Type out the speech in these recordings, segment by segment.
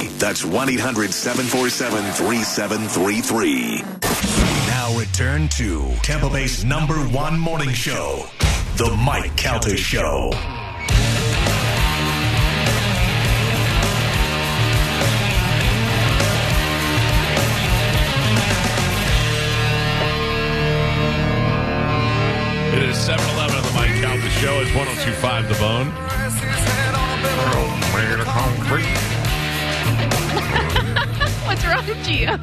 That's 1 800 747 3733. Now return to Tampa Bay's number one morning show, The Mike Calter Show. It is 7 11 on the Mike Calvin Show. It's 1025 The Bone. What's wrong, Gio?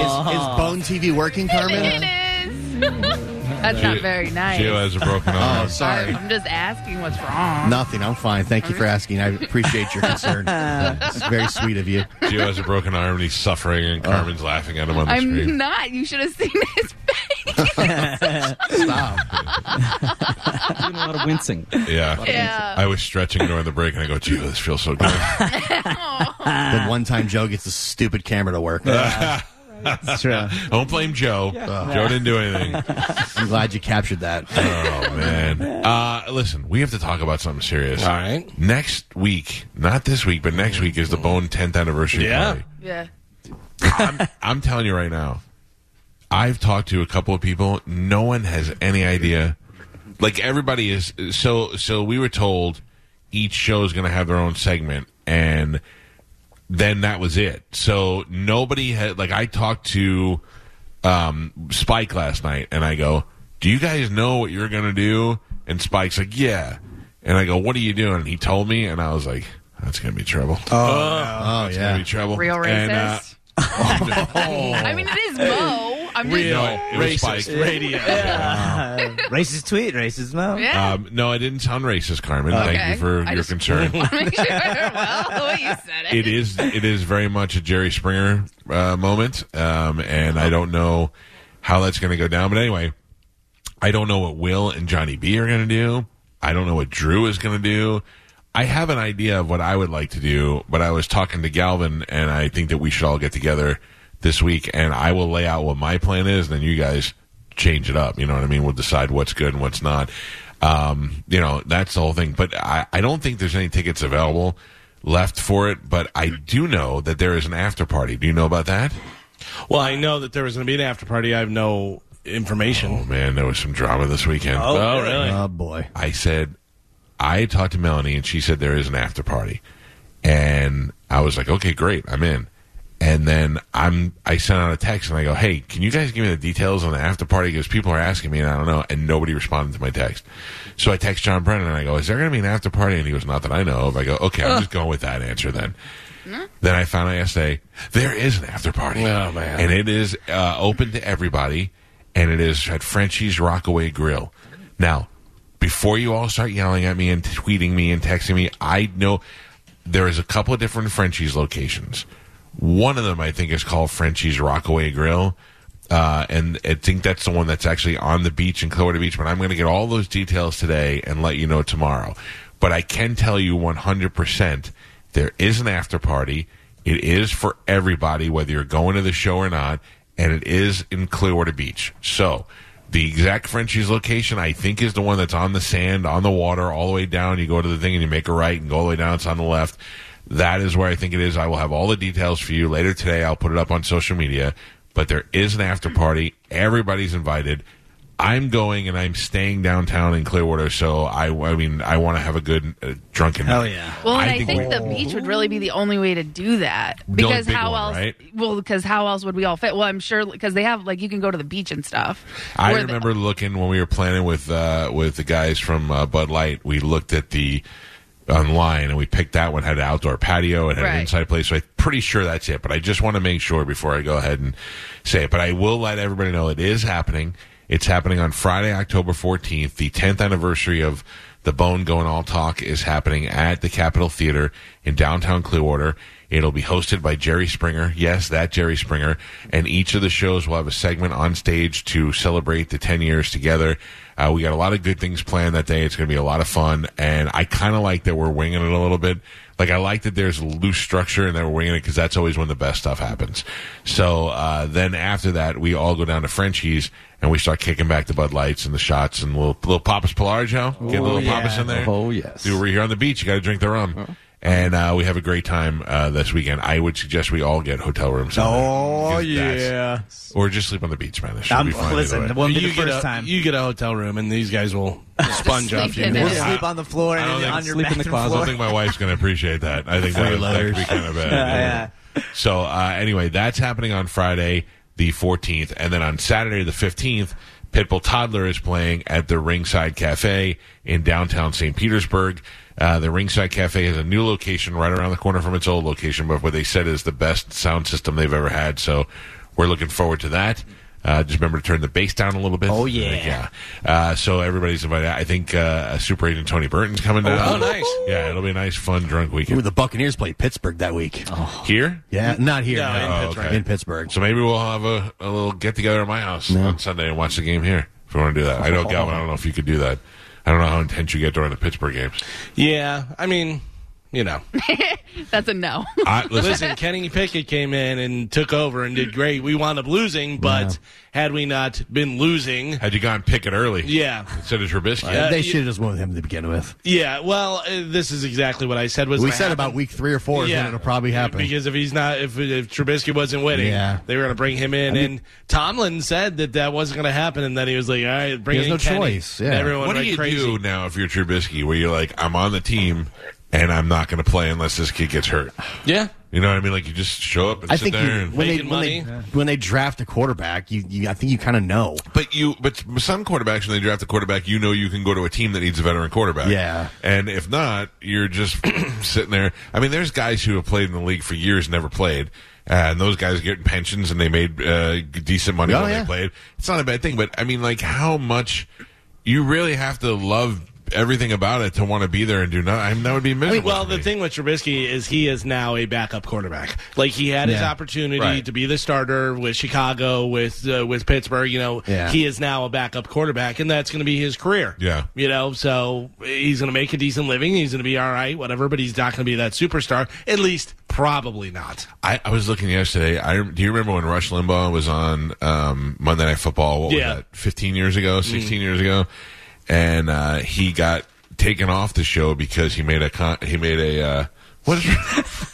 Is, is Bone TV working, Carmen? Uh-huh. It is. That's not very nice. Gio has a broken Oh, arm. sorry. I'm just asking what's wrong. Nothing. I'm fine. Thank you for asking. I appreciate your concern. It's very sweet of you. Gio has a broken arm and he's suffering, and Carmen's laughing at him on the Oh. I'm street. not. You should have seen his face. doing a lot of wincing. Yeah. Yeah. I was stretching during the break, and I go, Gio, this feels so good. The one time Joe gets the stupid camera to work. That's true. Don't blame Joe. Joe didn't do anything. I'm glad you captured that. Oh man! Uh, listen, we have to talk about something serious. All right. Mm. Next week, not this week, but next week is the Bone 10th anniversary Yeah. party. yeah. I'm telling you right now, I've talked to a couple of people. No one has any idea. Like everybody is so. So we were told each show is going to have their own segment, and then that was it. So nobody had like I talked to um, Spike last night, and I go, "Do you guys know what you're gonna do?" And Spike's like, "Yeah," and I go, "What are you doing?" And he told me, and I was like, "That's gonna be trouble. Oh, Oh, that's gonna be yeah. trouble." Real racist. And, uh, I mean, it is Mo. I'm just. no, it was Spike. radio. racist tweet, racist mouth. Yeah. Um, no, I didn't sound racist, Carmen. Thank you Okay. for I your just- concern. Make sure. Well, you said it. it is it is very much a Jerry Springer uh, moment, um, and I don't know how that's going to go down. But anyway, I don't know what Will and Johnny B are going to do. I don't know what Drew is going to do. I have an idea of what I would like to do, but I was talking to Galvin, and I think that we should all get together this week, and I will lay out what my plan is, and then you guys change it up. You know what I mean? We'll decide what's good and what's not. Um, you know, that's the whole thing. But I, I don't think there's any tickets available left for it, but I do know that there is an after party. Do you know about that? Well, I know that there was going to be an after party. I have no Oh, information. man, there was some drama this weekend. really? Oh, boy. I said, I talked to Melanie and she said there is an after party. And I was like, okay, great, I'm in. And then I'm I sent out a text and I go, hey, can you guys give me the details on the after party because people are asking me and I don't know. And nobody responded to my text. So I text John Brennan and I go, is there going to be an after party? And he goes, not that I know of. I go, okay, I'm just going with that answer then. Then I found out yesterday there is an after party. Oh, man. And it is uh, open to everybody, and it is at Frenchie's Rockaway Grill. Now, before you all start yelling at me and tweeting me and texting me, I know there is a couple of different Frenchie's locations. One of them, I think, is called Frenchie's Rockaway Grill. Uh, and I think that's the one that's actually on the beach in Clearwater Beach. But I'm going to get all those details today and let you know tomorrow. But I can tell you 100% there is an after party. It is for everybody, whether you're going to the show or not, and it is in Clearwater Beach. So the exact Frenchie's location, I think, is the one that's on the sand, on the water, all the way down. You go to the thing and you make a right and go all the way down. It's on the left. That is where I think it is. I will have all the details for you later today. I'll put it up on social media. But there is an after party. Everybody's invited. I'm going and I'm staying downtown in Clearwater, so I, I mean, I want to have a good uh, drunken. Hell night. yeah. Well, and I I, think think, we- the beach would really be the only way to do that only because big how one, else? right? Well, because how else would we all fit? Well, I'm sure because they have like you can go to the beach and stuff. I Where the- remember looking when we were planning with uh, with the guys from uh, Bud Light. We looked at the online and we picked that one had an outdoor patio and had an Right. inside place. So I'm pretty sure that's it. But I just want to make sure before I go ahead and say it. But I will let everybody know it is happening. It's happening on Friday, October 14th. The 10th anniversary of the Bone Going All Talk is happening at the Capitol Theater in downtown Clearwater. It'll be hosted by Jerry Springer. Yes, that Jerry Springer. And each of the shows will have a segment on stage to celebrate the 10 years together. Uh, we got a lot of good things planned that day. It's going to be a lot of fun. And I kind of like that we're winging it a little bit. Like, I like that there's loose structure and that we're winging it because that's always when the best stuff happens. So uh, then after that, we all go down to Frenchie's and we start kicking back the Bud Lights and the shots and little little Papas Pelargio. Get a little yeah. Papas in there. Oh, yes. Dude, we're here on the beach. You got to drink the rum. Oh. And uh, we have a great time uh, this weekend. I would suggest we all get hotel rooms. somewhere. Oh Because that's- yeah. or just sleep on the beach, man. This should I'm- be fun. either listen, way. it won't be the get first a, time. You get a hotel room, and these guys will sponge off you. in Yeah. it. We'll sleep on the floor I don't and then think- on your sleep in the bathroom I floor. don't think my wife's going to appreciate that. I think that, would- that could be kind of bad. Yeah, So uh, anyway, that's happening on Friday the 14th, and then on Saturday the 15th, Pitbull Toddler is playing at the Ringside Cafe in downtown St. Petersburg. Uh, the Ringside Cafe is a new location right around the corner from its old location, but what they said is the best sound system they've ever had. So we're looking forward to that. Uh, just remember to turn the bass down a little bit. Oh, yeah. yeah. Uh, so everybody's invited. I think uh, Super Agent Tony Burton's coming down. Oh, nice. Yeah, it'll be a nice, fun, drunk Ooh, weekend the Buccaneers played Pittsburgh that week. Oh. here. Yeah, not here. No, in no. Pittsburgh. In Pittsburgh. So maybe we'll have a, a little get together at my house on Sunday and watch the game here if we want to do that. I know, Galvin, I don't know if you could do that. I don't know how intense you get during the Pittsburgh games. Yeah, I mean, you know. That's a no. I, listen, Listen, Kenny Pickett came in and took over and did great. We wound up losing, but had we not been losing, had you gone pick it early yeah, instead of Trubisky, Uh, they you- should have just went with him to begin with. yeah. Well, uh, this is exactly what I said was We gonna said happen. about week three or four is Yeah. when it'll probably happen. Because if he's not, if, if Trubisky wasn't winning, Yeah. they were going to bring him in. and Tomlin said that that wasn't going to happen, and that he was like, "All right, bring He has in no Kenny." choice, yeah. And Everyone what do went you crazy. do now if you're Trubisky, where you're like, I'm on the team and I'm not going to play unless this kid gets hurt? Yeah, You know what I mean? Like you just show up and I sit think there. you, and, when they Making when they, money. when they draft a quarterback, you, you I think you kind of know. But you, but some quarterbacks when they draft a quarterback, you know you can go to a team that needs a veteran quarterback. Yeah. and if not, you're just sitting there. I mean, there's guys who have played in the league for years, never played, uh, and those guys get pensions and they made uh, decent money Oh, when yeah. they played. It's not a bad thing, but I mean, like how much you really have to love everything about it to want to be there and do not. I mean, that would be miserable. Well, to the me. thing with Trubisky is he is now a backup quarterback. Like he had his Yeah. opportunity Right. to be the starter with Chicago, with uh, with Pittsburgh. You know, Yeah. he is now a backup quarterback, and that's going to be his career. Yeah. you know, so he's going to make a decent living. He's going to be all right, whatever. But he's not going to be that superstar. At least, probably not. I, I was looking yesterday. I do you remember when Rush Limbaugh was on um, Monday Night Football? What Yeah. was that? Fifteen years ago, Mm-hmm. sixteen years ago, and uh, he got taken off the show because he made a con- he made a uh, what is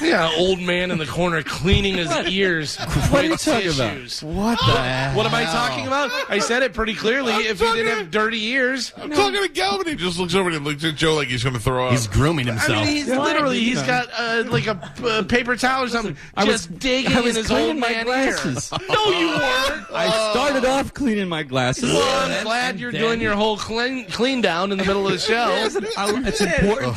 Yeah, old man in the corner cleaning his ears. what are you talking about? What the heck? What am I talking about? I said it pretty clearly. if you didn't have dirty ears, I'm talking to Galvin? He just looks over and looks at Joe like he's going to throw up. He's grooming himself. I mean, he's literally he's got uh, like a uh, paper towel or something, just digging I was in his cleaning old my man glasses. ear. No, you weren't. I started off cleaning my glasses. Well, I'm glad you're doing your whole clean clean down in the middle of the show. I- it's important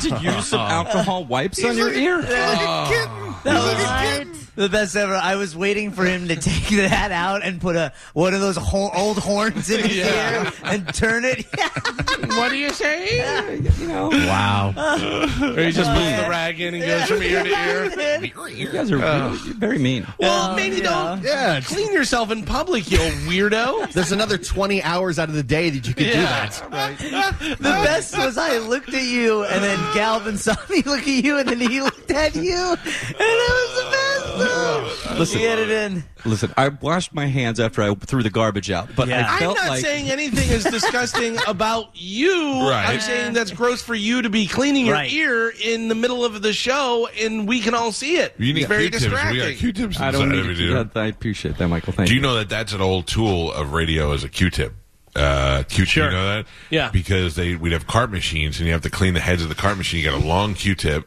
to use some Uh-huh. alcohol wipes on your ear. What? The best ever. I was waiting for him to take that out and put a one of those ho- old horns in his ear and turn it. Yeah. what do you say? You know, wow. Or he just puts the rag in and goes from ear to ear. you guys are really, you're very mean. Well, maybe don't Yeah. it's- clean yourself in public, you weirdo. There's another 20 hours out of the day that you could do that. The best was I looked at you and then Galvin saw me look at you and then he looked at you and it was the best. Let's get it in. Listen, I washed my hands after I threw the garbage out, but I I'm felt not like saying anything is disgusting about you. Right. I'm saying that's gross for you to be cleaning your Right. ear in the middle of the show, and we can all see it. you need it's very Q-tips. distracting. We got Q-tips I don't inside need of to it, do dude. that. I appreciate that, Michael. Thank Do you know that that's an old tool of radio as a Q-tip? Uh, Q-tip, Sure. you know that? Yeah. Because they we'd have cart machines, and you have to clean the heads of the cart machine. You got a long Q-tip,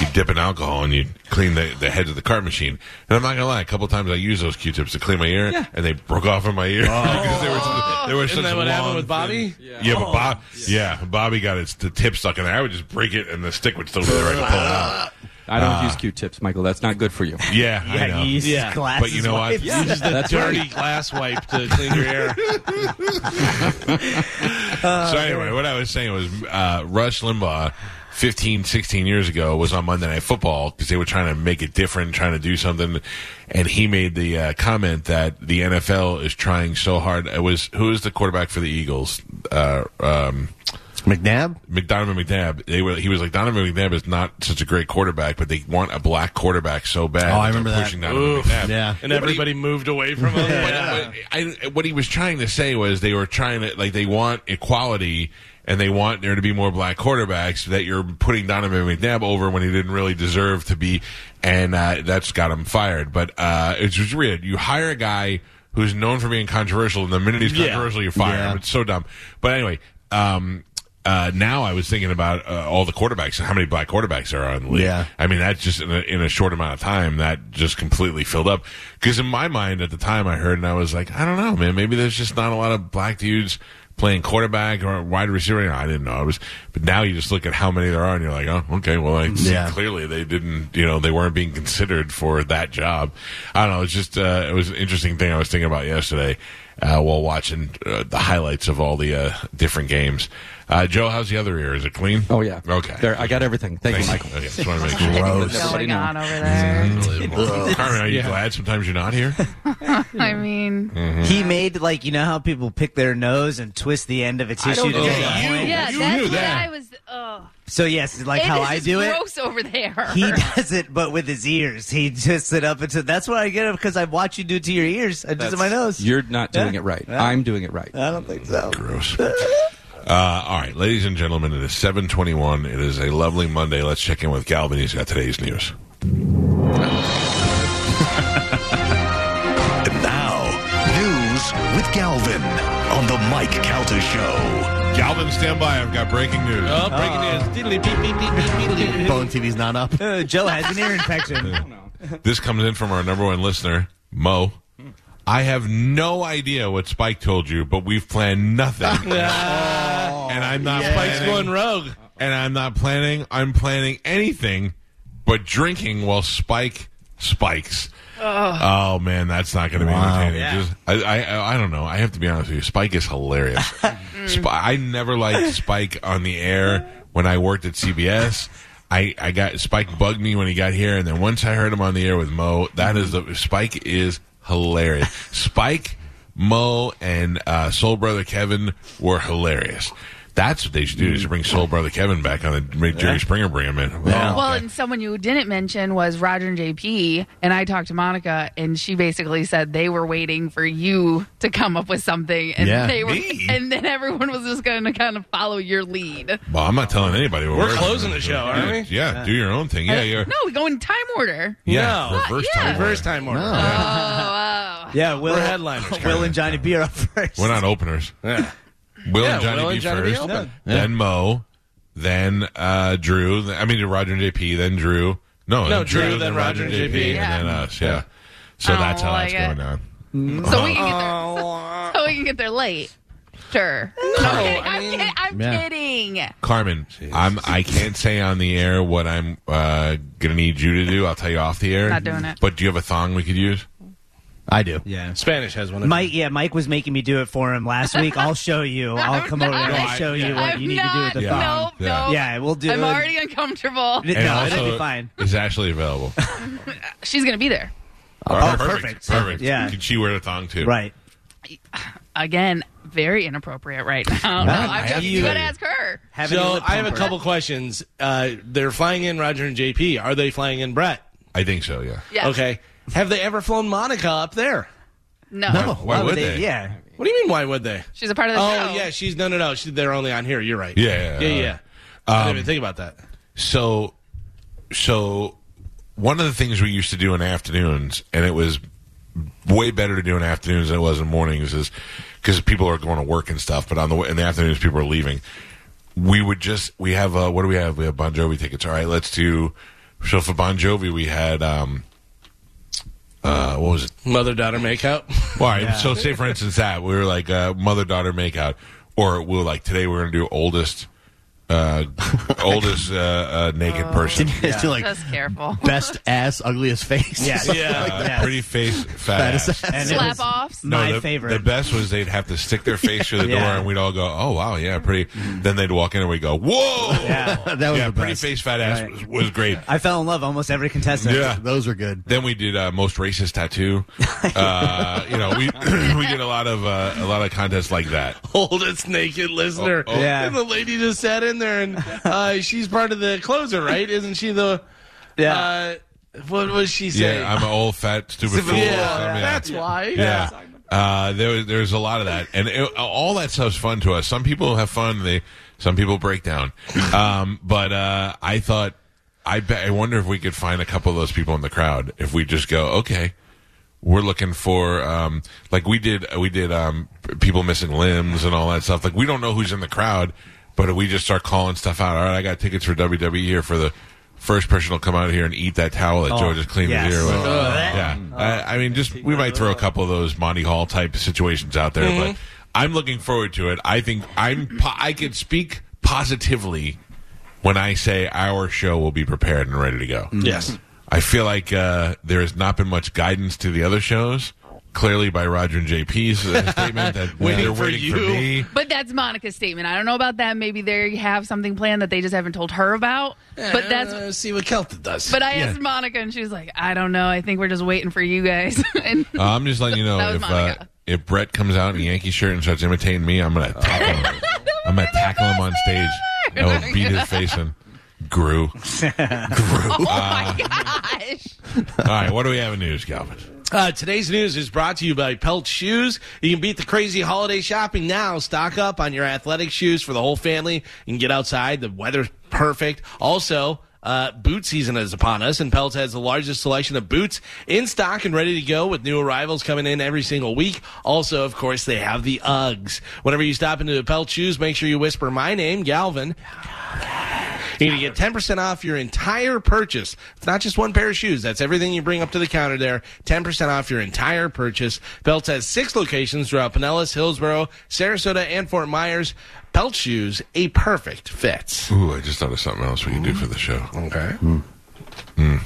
you dip in alcohol, and you clean the, the heads of the cart machine. And I'm not gonna lie, a couple times I used those Q-tips to clean my ear, and they broke off in my ear because they were they were Oh. Isn't such that what happened long with Oh. Bobby? thin- Yeah, but Bob, yeah. Bobby got its the tip stuck in there. I would just break it, and the stick would still be there. I could pull it out. I don't Ah. use Q-tips, Michael. That's not good for you. Yeah, I know. Yeast Yeah, glasses but you know what? wipes. Use the That's dirty glass wipe to clean your hair. Uh, so anyway, what I was saying was uh, Rush Limbaugh, 15, 16 years ago, was on Monday Night Football because they were trying to make it different, trying to do something, and he made the uh, comment that the NFL is trying so hard. It was who is the quarterback for the Eagles? Uh, um, McNabb? McDonovan McNabb. They were. He was like Donovan McNabb is not such a great quarterback, but they want a black quarterback so bad. Oh, I that they're remember that. pushing Donovan Oof. McNabb. Yeah. and everybody moved away from him. But, but I, what he was trying to say was they were trying to like they want equality and they want there to be more black quarterbacks that you're putting Donovan McNabb over when he didn't really deserve to be, and uh, that's got him fired. But uh, it's just weird. You hire a guy who's known for being controversial, and the minute he's Yeah. controversial, you fire him. It's so dumb. But anyway. Um, uh, now I was thinking about uh, all the quarterbacks and how many black quarterbacks there are in the league. Yeah. I mean, that's just in a, in a short amount of time that just completely filled up. Because in my mind at the time, I heard and I was like, I don't know, man. Maybe there's just not a lot of black dudes playing quarterback or wide receiver. You know, I didn't know. I was, but now you just look at how many there are and you're like, oh, okay. Well, I see Yeah. clearly they didn't. You know, they weren't being considered for that job. I don't know. It's just uh, it was an interesting thing I was thinking about yesterday uh, while watching uh, the highlights of all the uh, different games. Uh, Joe, how's the other ear? Is it clean? Oh yeah. Okay. There, I got everything. Thank, Thank you, you. Michael. Okay, just want to make sure. What's Everybody going know. on over there? Mm-hmm. Carmen, are you glad sometimes you're not here? I mean, He Mm-hmm. made like you know how people pick their nose and twist the end of a tissue. to get a point? yeah, you that's knew what that. I was. Oh, So yes, like how I do it. Gross over there. He does it, but with his ears. He twists it up into. That's what I get it because I watch you do it to your ears. I just in my nose. You're not doing Yeah. it right. Yeah. I'm doing it right. I don't think so. Gross. Uh, all right, ladies and gentlemen, it is 721. It is a lovely Monday. Let's check in with Galvin. He's got today's news. And now, news with Galvin on the Mike Calta Show. Galvin, stand by. I've got breaking news. Oh, breaking news. Diddly beep, beep, beep, beep, beep. Phone TV's not up. Uh, Joe has an ear infection. This comes in from our number one listener, Mo. I have no idea what Spike told you, but we've planned nothing. and I'm not Oh. Spike's planning. going rogue. and I'm not planning. I'm planning anything but drinking while Spike spikes. Oh man, that's not going to be entertaining. Just, I, I I- I don't know. I have to be honest with you. Spike is hilarious. Sp- I never liked Spike on the air when I worked at CBS. I, I got Spike bugged me when he got here, and then once I heard him on the air with Mo, that is the Spike is hilarious. Spike, Mo, and uh, Soul Brother Kevin were hilarious. That's what they should do. They should bring Soul Brother Kevin back on and make Jerry Springer bring him in. Oh, Well, okay. and someone you didn't mention was Roger and JP, and I talked to Monica, and she basically said they were waiting for you to come up with something, and Yeah. they were, Me? and then everyone was just going to kind of follow your lead. Well, I'm not telling anybody. What We're closing the show, aren't we? Yeah, do your own thing. Yeah, you're. Uh, No, we go in time order. Yeah, No. reverse Yeah. time. First time order. Uh, yeah, Will, We're headliners, Will and Johnny B are up first. We're not openers. Yeah. Will Yeah, and Johnny Will B and Johnny B first, open. then Mo, then uh, Drew. th- I mean Roger and JP, then Drew. No, No, then Drew, then Roger and JP. and Yeah. then us. Yeah. So Oh, I don't that's how like that's it. going on. So we can get there, so, we can get there late. Sure. No, I'm kidding. I am kidding. I'm Yeah. kidding. Carmen, I'm, I can't say on the air what I'm uh, gonna need you to do. I'll tell you off the air. Not doing it. But do you have a thong we could use? I do. Yeah. Spanish has one. of Mike, yeah, Mike was making me do it for him last week. I'll show you. I'll come over and No, I'll I- show you yeah. what I'm you need not, to do with the Yeah. thong. No, Yeah. no. Yeah, we'll do I'm it. already uncomfortable. N- And no, also, it'll be fine. Is Ashley available? She's gonna be there oh, perfect. Perfect. Yeah. Can she wear the thong too? Right. again. Very inappropriate right now. No, I'm have just, to you tell gotta you. ask her. Having So lip I have a pumper. couple questions. Uh, they're flying in Roger and JP. Are they flying in Brett? I think so. Yeah. Yeah. Okay. Have they ever flown Monica up there? No. Why would they? Yeah. What do you mean? Why would they? She's a part of the show. Oh yeah, she's no no no. She, they're only on here. You're right. Yeah, Um, yeah, yeah. yeah. yeah, I didn't even think about that. So, so one of the things we used to do in afternoons, and it was way better to do in afternoons than it was in mornings, is because people are going to work and stuff. But on the in the afternoons, people are leaving. We would just we have uh, what do we have? We have Bon Jovi tickets. All right, let's do. So for Bon Jovi, we had um, uh, what was it? Mother daughter makeout. Well, all right. So, say for instance that we were like uh, mother daughter makeout, or we were like today we're gonna do oldest uh, uh, oldest uh, uh, naked person. Didn't you guys do like Just careful. best ass, ugliest face? Yeah. Yeah. Uh, Pretty face, fat Fattest ass. ass. And it Slap was offs. No, My the, favorite. The best was they'd have to stick their face through the Yeah. door, and we'd all go, "Oh wow, yeah, pretty." Then they'd walk in, and we go, "Whoa!" Yeah. that was Yeah, the pretty best. face, fat ass Right. was, was great. I fell in love with almost every contestant. Yeah. Those are good. Then we did uh, most racist tattoo. Uh, you know, we we did a lot of uh, a lot of contests like that. oldest naked listener. Oh, oh. Yeah. And the lady just sat in there, and uh, she's part of the closer, right? Isn't she the? Yeah. Uh, what was she saying? Yeah, I'm an old fat stupid fool. or yeah, something, that's why. Yeah. Uh, there was there's a lot of that, and it, all that stuff's fun to us. Some people have fun, they some people break down. Um, but uh, I thought, I be, I wonder if we could find a couple of those people in the crowd if we just go, okay, we're looking for um, like we did we did um, people missing limbs and all that stuff. Like we don't know who's in the crowd, but we just start calling stuff out. All right, I got tickets for WWE here for the. First person will come out here and eat that towel that Joe just cleaned yes. his ear with. Oh, that- Yeah, I, I mean, just we might throw a couple of those Monty Hall type situations out there, but I'm looking forward to it. I think I'm po- I could speak positively when I say our show will be prepared and ready to go. Yes. I feel like uh, there has not been much guidance to the other shows. Clearly, by Roger and JP's uh, statement that Waiting they're for waiting for you. me. But that's Monica's statement. I don't know about that. Maybe they have something planned that they just haven't told her about. But that's. Uh, see what Celta does. But I asked Monica, and she was like, "I don't know. I think we're just waiting for you guys." and Uh, I'm just letting you know That was if uh, Monica. if Brett comes out in a Yankee shirt and starts imitating me, I'm gonna tackle him. I'm gonna tackle him on stage. I will beat his face in. Grew. oh my gosh, All right, what do we have in news, Calvin? Uh, today's news is brought to you by Pelt Shoes. You can beat the crazy holiday shopping now. Stock up on your athletic shoes for the whole family. You can get outside. The weather's perfect. Also, uh, boot season is upon us, and Pelt has the largest selection of boots in stock and ready to go with new arrivals coming in every single week. Also, of course, they have the Uggs. Whenever you stop into Pelt Shoes, make sure you whisper my name, Galvin, you need to get 10% off your entire purchase. It's not just one pair of shoes. That's everything you bring up to the counter there. 10% off your entire purchase. Pelt has six locations throughout Pinellas, Hillsboro, Sarasota, and Fort Myers. Pelt shoes, a perfect fit. Ooh, I just thought of something else we can do for the show. Okay. Hmm.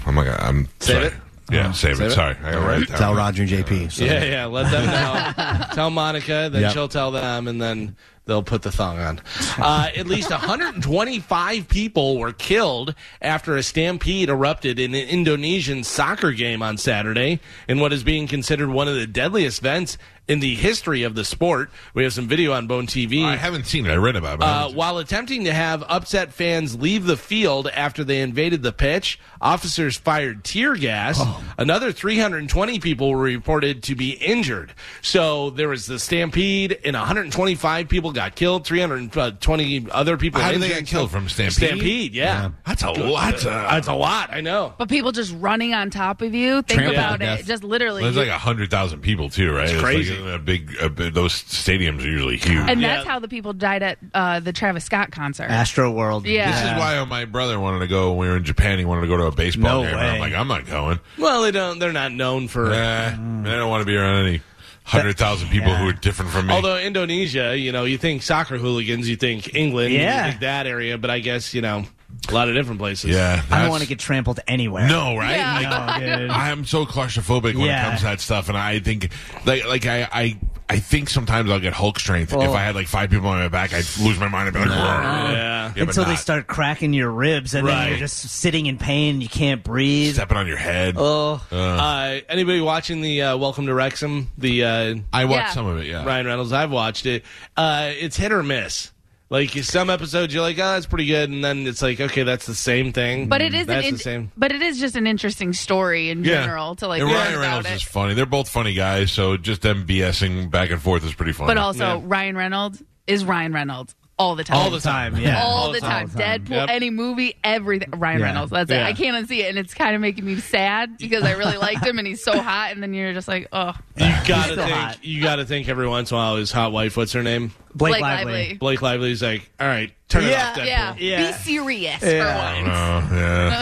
I'm like, I'm Save sorry. it? Yeah, save, it. it? Sorry, I gotta write it down. Tell Roger and JP. So. Yeah, yeah. Let them know. tell Monica, then Yep. she'll tell them, and then they'll put the thong on. Uh, at least 125 people were killed after a stampede erupted in an Indonesian soccer game on Saturday in what is being considered one of the deadliest events in the history of the sport. We have some video on Bone TV. I haven't seen it. I read about it. but I Uh, haven't- while attempting to have upset fans leave the field after they invaded the pitch, officers fired tear gas. Oh. Another 320 people were reported to be injured. So there was the stampede, and 125 people got killed. 320 other people. How did they injured. get killed? From stampede? Stampede, yeah. Uh, that's a lot. Of, That's a lot. I know. But people just running on top of you. Think Trampled to about it. death. Just literally. there's like a hundred thousand people too, right? It's, like crazy. a big, a big. Those stadiums are usually huge. and Yeah. that's how the people died at uh, the Travis Scott concert. Astro World. Yeah. This is why my brother wanted to go when we were in Japan. He wanted to go to a baseball No game. way. I'm like, I'm not going. Well, they don't. They're not known for. Eh, I don't want to be around any hundred thousand people who are different from me. Although Indonesia, you know, you think soccer hooligans, you think England, Yeah. you think that area, but I guess you know a lot of different places. yeah, that's- I don't want to get trampled anywhere. No, right? Yeah. Like, dude. I am so claustrophobic when it Yeah. comes to that stuff, and I think, like, like I, I, I think sometimes I'll get Hulk strength. If Oh. I had like five people on my back, I'd lose my mind. I'd be like, "Roar." Yeah. Yeah, but Until they not start cracking your ribs, and Right. then you're just sitting in pain. and You can't breathe. stepping on your head. Oh, Uh, anybody watching the uh, Welcome to Wrexham? The uh, I watched Yeah. some of it. Yeah, Ryan Reynolds. I've watched it. Uh, it's hit or miss. Like some episodes, you're like, oh, that's pretty good, and then it's like, okay, that's the same thing. but it is Mm, that's an in- the same. But it is just an interesting story in Yeah. general to like and learn Ryan about Reynolds it. is funny. They're both funny guys, so just them BSing back and forth is pretty funny. but also Ryan Reynolds is Ryan Reynolds all the time. All the time, yeah. All, the time. Deadpool, Yep. any movie, everything. Ryan Yeah. Reynolds. That's Yeah. it. I can't unsee it, and it's kind of making me sad because I really liked him, and he's so hot. And then you're just like, oh, You gotta still think. hot. You gotta think every once in a while. His hot wife, what's her name? Blake, Blake Lively. Lively. Blake Lively's like, all right, Turn it Yeah. off, Deadpool. Yeah. Yeah. Be serious Yeah. for Oh, once.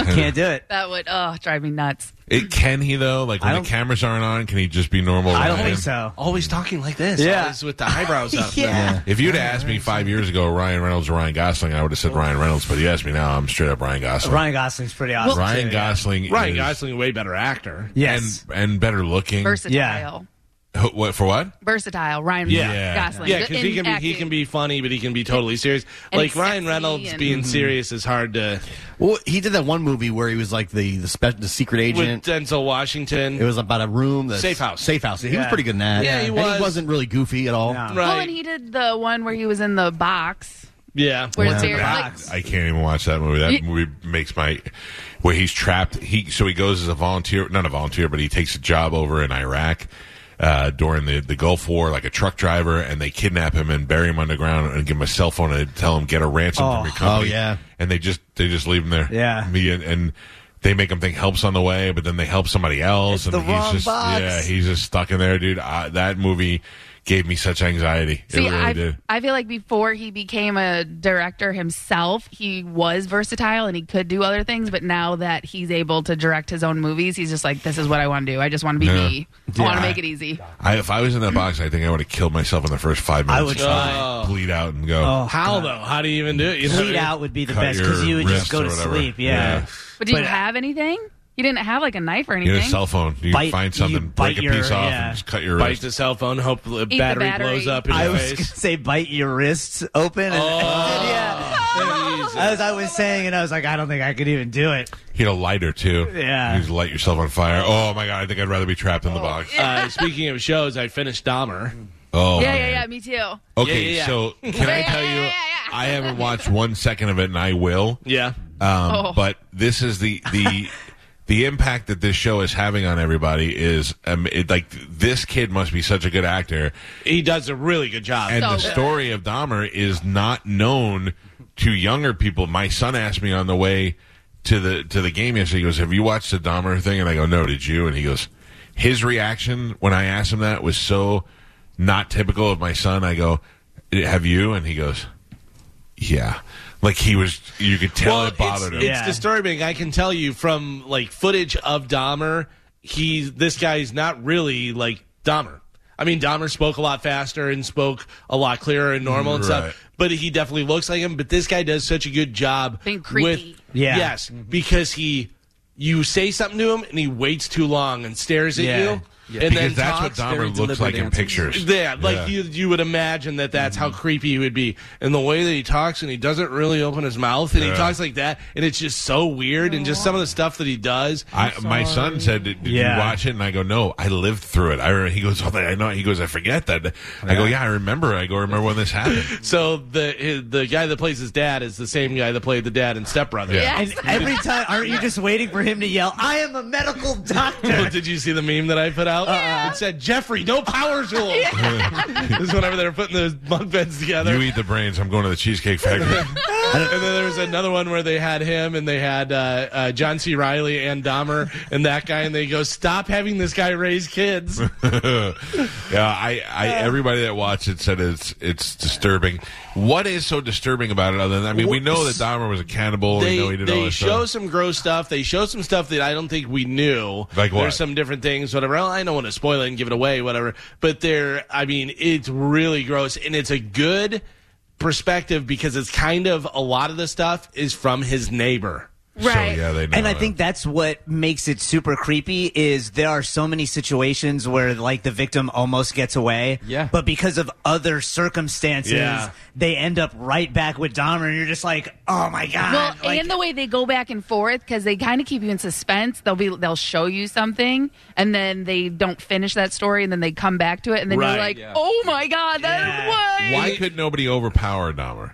yeah. Can't do it. That would oh drive me nuts. It can he though? Like I when the don't- cameras aren't on, can he just be normal? I don't Ryan? think so. Always talking like this. Yeah. Always with the eyebrows up. Yeah. If you'd asked me five years ago, Ryan Reynolds or Ryan Gosling, I would have said Ryan Reynolds. But you asked me now, I'm straight up Ryan Gosling. Ryan Gosling's pretty awesome. Ryan too, yeah. Gosling. Ryan is- Gosling, a way better actor. Yes. and and better looking. Versatile. Wh- What for? What? Versatile. Ryan Yeah. Yeah. Gosling. Yeah, because he In can be he acting. can be funny, but he can be totally serious. And like Ryan sexy Reynolds and- being serious is hard to Well, he did that one movie where he was like the the, spe- the secret with agent. Denzel Washington. It was about a room. That's Safe House. Safe house. He was Yeah. pretty good in that. Yeah, he And was. he wasn't really goofy at all. No. Well, and right. he did the one where he was in the box. Yeah. Where What's they're in the like, box? I can't even watch that movie. That You- movie makes my where he's trapped. He so he goes as a volunteer, not a volunteer, but he takes a job over in Iraq uh, during the the Gulf War, like a truck driver, and they kidnap him and bury him underground and give him a cell phone and tell him get a ransom from Oh. your company. Oh, yeah. and they just they just leave him there. Yeah. me and. and they make him think help's on the way, but then they help somebody else, It's the and he's wrong just box. yeah, he's just stuck in there, dude. I, that movie gave me such anxiety. See, it really I, did. I feel like before he became a director himself, he was versatile and he could do other things. But now that he's able to direct his own movies, he's just like, this is what I want to do. I just want to be Yeah. me. I want Yeah. to make it easy. I, if I was in that box, I think I would have killed myself in the first five minutes. I would Just try. bleed out and go. Oh, How though? How do you even do it? You know what I Bleed mean? out would be the Cut best because your you would just wrists go or to whatever. sleep. Yeah. Yeah. But do you But- have anything? You didn't have like a knife or Get anything. a cell phone. You Bite- find you something, bite break a your- piece off, yeah. and just cut your Bite wrist. the cell phone. Hope the the battery, battery. blows up in I your was gonna face. say bite your wrists open. And, yeah. As I was saying, and I was like, I don't think I could even do it. He had a lighter too. Yeah. you just light yourself on fire. Oh my god, I think I'd rather be trapped in the box. Uh, speaking of shows, I finished Dahmer. Oh yeah, man. yeah, yeah. Me too. Okay, Yeah, yeah, yeah. so can I Yeah, tell you? yeah, yeah, yeah. I haven't watched one second of it, and I will. Yeah. Um, Oh. But this is the the the impact that this show is having on everybody is um, it, like this kid must be such a good actor. He does a really good job. and So the good. story of Dahmer is not known to younger people. My son asked me on the way to the to the game yesterday. He goes, "Have you watched the Dahmer thing?" And I go, "No, did you?" And he goes, "His reaction when I asked him that was so not typical of my son." I go, "Have you?" And he goes, "Yeah." Like he was, you could tell it bothered it's, him. It's Yeah. disturbing. I can tell you from like footage of Dahmer. He's this guy's not really like Dahmer. I mean, Dahmer spoke a lot faster and spoke a lot clearer and normal and Right. stuff. But he definitely looks like him. But this guy does such a good job Being creepy. with Yeah. yes, because he you say something to him and he waits too long and stares at Yeah. you. And then because that's talks. what very Dahmer looks deliberate like in answers. pictures. Yeah, like Yeah. You, you would imagine that that's how creepy he would be. And the way that he talks and he doesn't really open his mouth and Yeah. he talks like that and it's just so weird and just some of the stuff that he does. I, my son said, "Did, did Yeah. you watch it?" And I go, "No, I lived through it." I re- he goes, oh, "I know." He goes, "I forget that." I go, "Yeah, I remember." I go, "Remember when this happened?" So the his, the guy that plays his dad is the same guy that played the dad in Step Brother. Yeah. And every time, aren't you just waiting for him to yell, I am a medical doctor? Did you see the meme that I put out? It said Jeffrey, no power tools. this is whenever they were putting those bunk beds together. you eat the brains. I'm going to the cheesecake factory. And then there was another one where they had him and they had uh, uh, John C. Riley and Dahmer and that guy, and they go, "Stop having this guy raise kids." yeah, I, I, everybody that watched it said it's it's disturbing. What is so disturbing about it? Other than I mean, we know that Dahmer was a cannibal. we know he They, did all they this show stuff. some gross stuff. They show some stuff that I don't think we knew. Like what? There's some different things, whatever. Well, I don't want to spoil it and give it away, whatever. But they're, I mean, it's really gross, and it's a good perspective because it's kind of a lot of the stuff is from his neighbor. Right. So, yeah, they know. and I that. think that's what makes it super creepy is there are so many situations where like the victim almost gets away. Yeah. But because of other circumstances, Yeah. they end up right back with Dahmer and you're just like, oh my God. Well, Like, and the way they go back and forth because they kind of keep you in suspense. They'll be they'll show you something, and then they don't finish that story, and then they come back to it, and then Right. you're like, Yeah. "Oh my god, that is Yeah. why." why could nobody overpower Dahmer?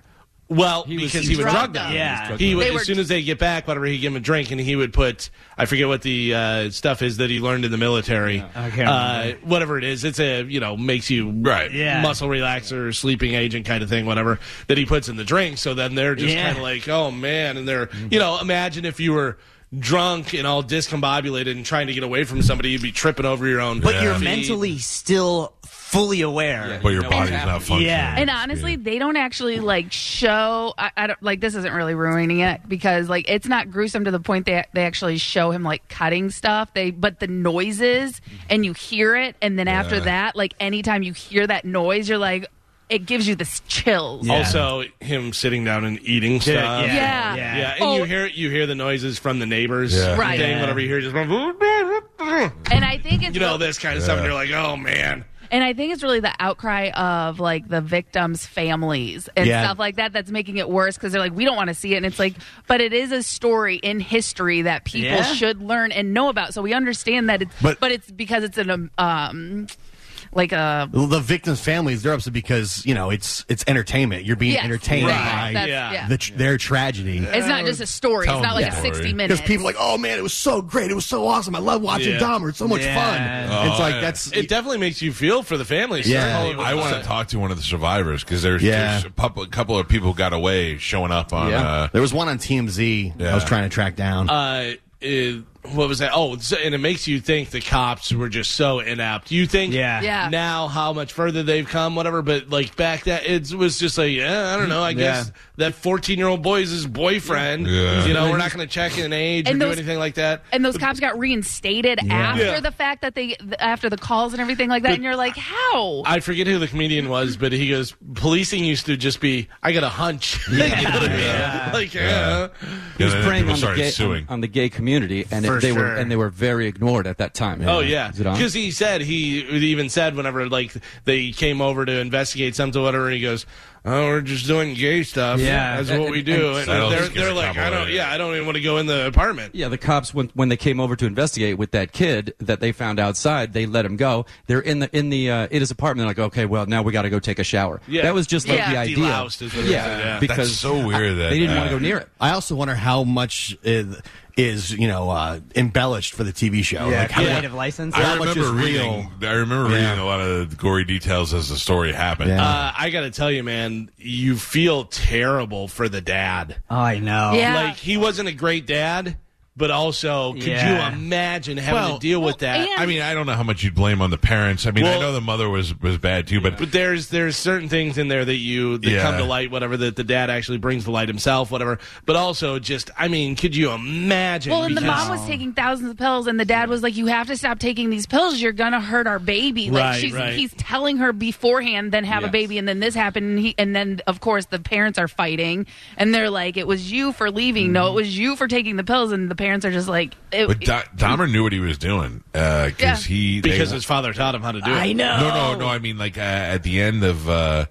Well, He was- because he he was drugged up. Yeah. He would, They were- as soon as they get back, whatever he give him a drink, and he would put I forget what the uh, stuff is that he learned in the military. I can't uh, whatever it is, it's a you know makes you Right. Yeah. muscle relaxer, sleeping agent kind of thing, whatever that he puts in the drink. So then they're just Yeah. kind of like, oh man, and they're you know imagine if you were drunk and all discombobulated and trying to get away from somebody, you'd be tripping over your own. But you're feet. mentally still fully aware. But your know body's what's not happening. functioning. Yeah. And honestly, they don't actually like show. I, I don't like this isn't really ruining it because like it's not gruesome to the point that they actually show him like cutting stuff. They but the noises and you hear it, and then after that, like anytime you hear that noise, you're like, it gives you this chills. Also, him sitting down and eating stuff. yeah. Yeah. Yeah. Yeah, and Oh. you hear you hear the noises from the neighbors. Yeah. Right. Dang, whatever you hear, just you And I think it's know this kind of stuff. And you're like, oh man. And I think it's really the outcry of like the victims' families and Yeah. stuff like that that's making it worse because they're like, we don't want to see it. And it's like, but it is a story in history that people Yeah. should learn and know about. So we understand that it's, but, But- it's because it's an, um, um, like a, Well, The victims' families they're upset because you know it's it's entertainment. You're being Yes, entertained right. by That's- yeah. the, tr- their tragedy. it's not just a story. Tell It's not them like the a story. 60 minutes. Because people are like, oh man, it was so great, it was so awesome. I love watching Yeah. Oh, Dahmer. It's so much Yeah. fun. it's like that's It definitely makes you feel for the families. Yeah. certainly. I want to talk to one of the survivors because there's, Yeah. there's a couple, couple of people got away showing up on. Uh, there was one on TMZ I was Yeah. trying to track down. uh, is- what was that? Oh, so- and it makes you think the cops were just so inept. You think, Yeah. Yeah. now how much further they've come, whatever. But like back that, it was just like, yeah, I don't know. I guess that fourteen-year-old boy is his boyfriend. Yeah. You know, we're not going to check an age And or those- do anything like that. and those cops got reinstated after Yeah. the fact that they, th- after the calls and everything like that. And you're like, how? I forget who the comedian was, but he goes, policing used to just be, I got a hunch. You know what I mean? Like, yeah. you was know, then people preying on the, started gay, suing. on the gay community, and For it, they sure. were and they were very ignored at that time. Oh yeah, Is it on? because he said he even said whenever like they came over to investigate something, or whatever, and he goes, "Oh, we're just doing gay stuff. Yeah. that's what we do." And, That'll they're just give they're it like, "I don't, complicated. yeah, I don't even want to go in the apartment." Yeah, the cops when when they came over to investigate with that kid that they found outside, they let him go. They're in the in the uh, in his apartment. They're like, okay, well now we got to go take a shower. Yeah. that was just like Yeah. the idea. Deloused is what they said, yeah. because That's so weird that they didn't want uh, to go near it. I also wonder how much is, is you know uh, embellished for the TV show. Yeah, Like, how- creative license. I How much remember is reading. I remember reading a lot of the gory details as the story happened. Yeah. Uh, I gotta tell you, man, you feel terrible for the dad. Oh, I know. Yeah. Like he wasn't a great dad, but also, could Yeah. you imagine having to deal with well, that? and- I mean, I don't know how much you'd blame on the parents. I mean, Well- I know the mother was was bad too, but, But there's there's certain things in there that you that Yeah. come to light, whatever that the dad actually brings to light himself, whatever. But also, just I mean, could you imagine? Well, and the Because- mom was taking thousands of pills, and the dad was like, "You have to stop taking these pills. You're gonna hurt our baby." Like Right, she's right. he's telling her beforehand, then have a Yes. baby, and then this happened, and, he, and then of course the parents are fighting, and they're like, "It was you for leaving. No, it was you for taking the pills." And the parents are just like, it, but Do- Dahmer knew what he was doing because Yeah. he they- because his father taught him how to do it. I know. No, no, no. I mean, like uh, at the end of uh,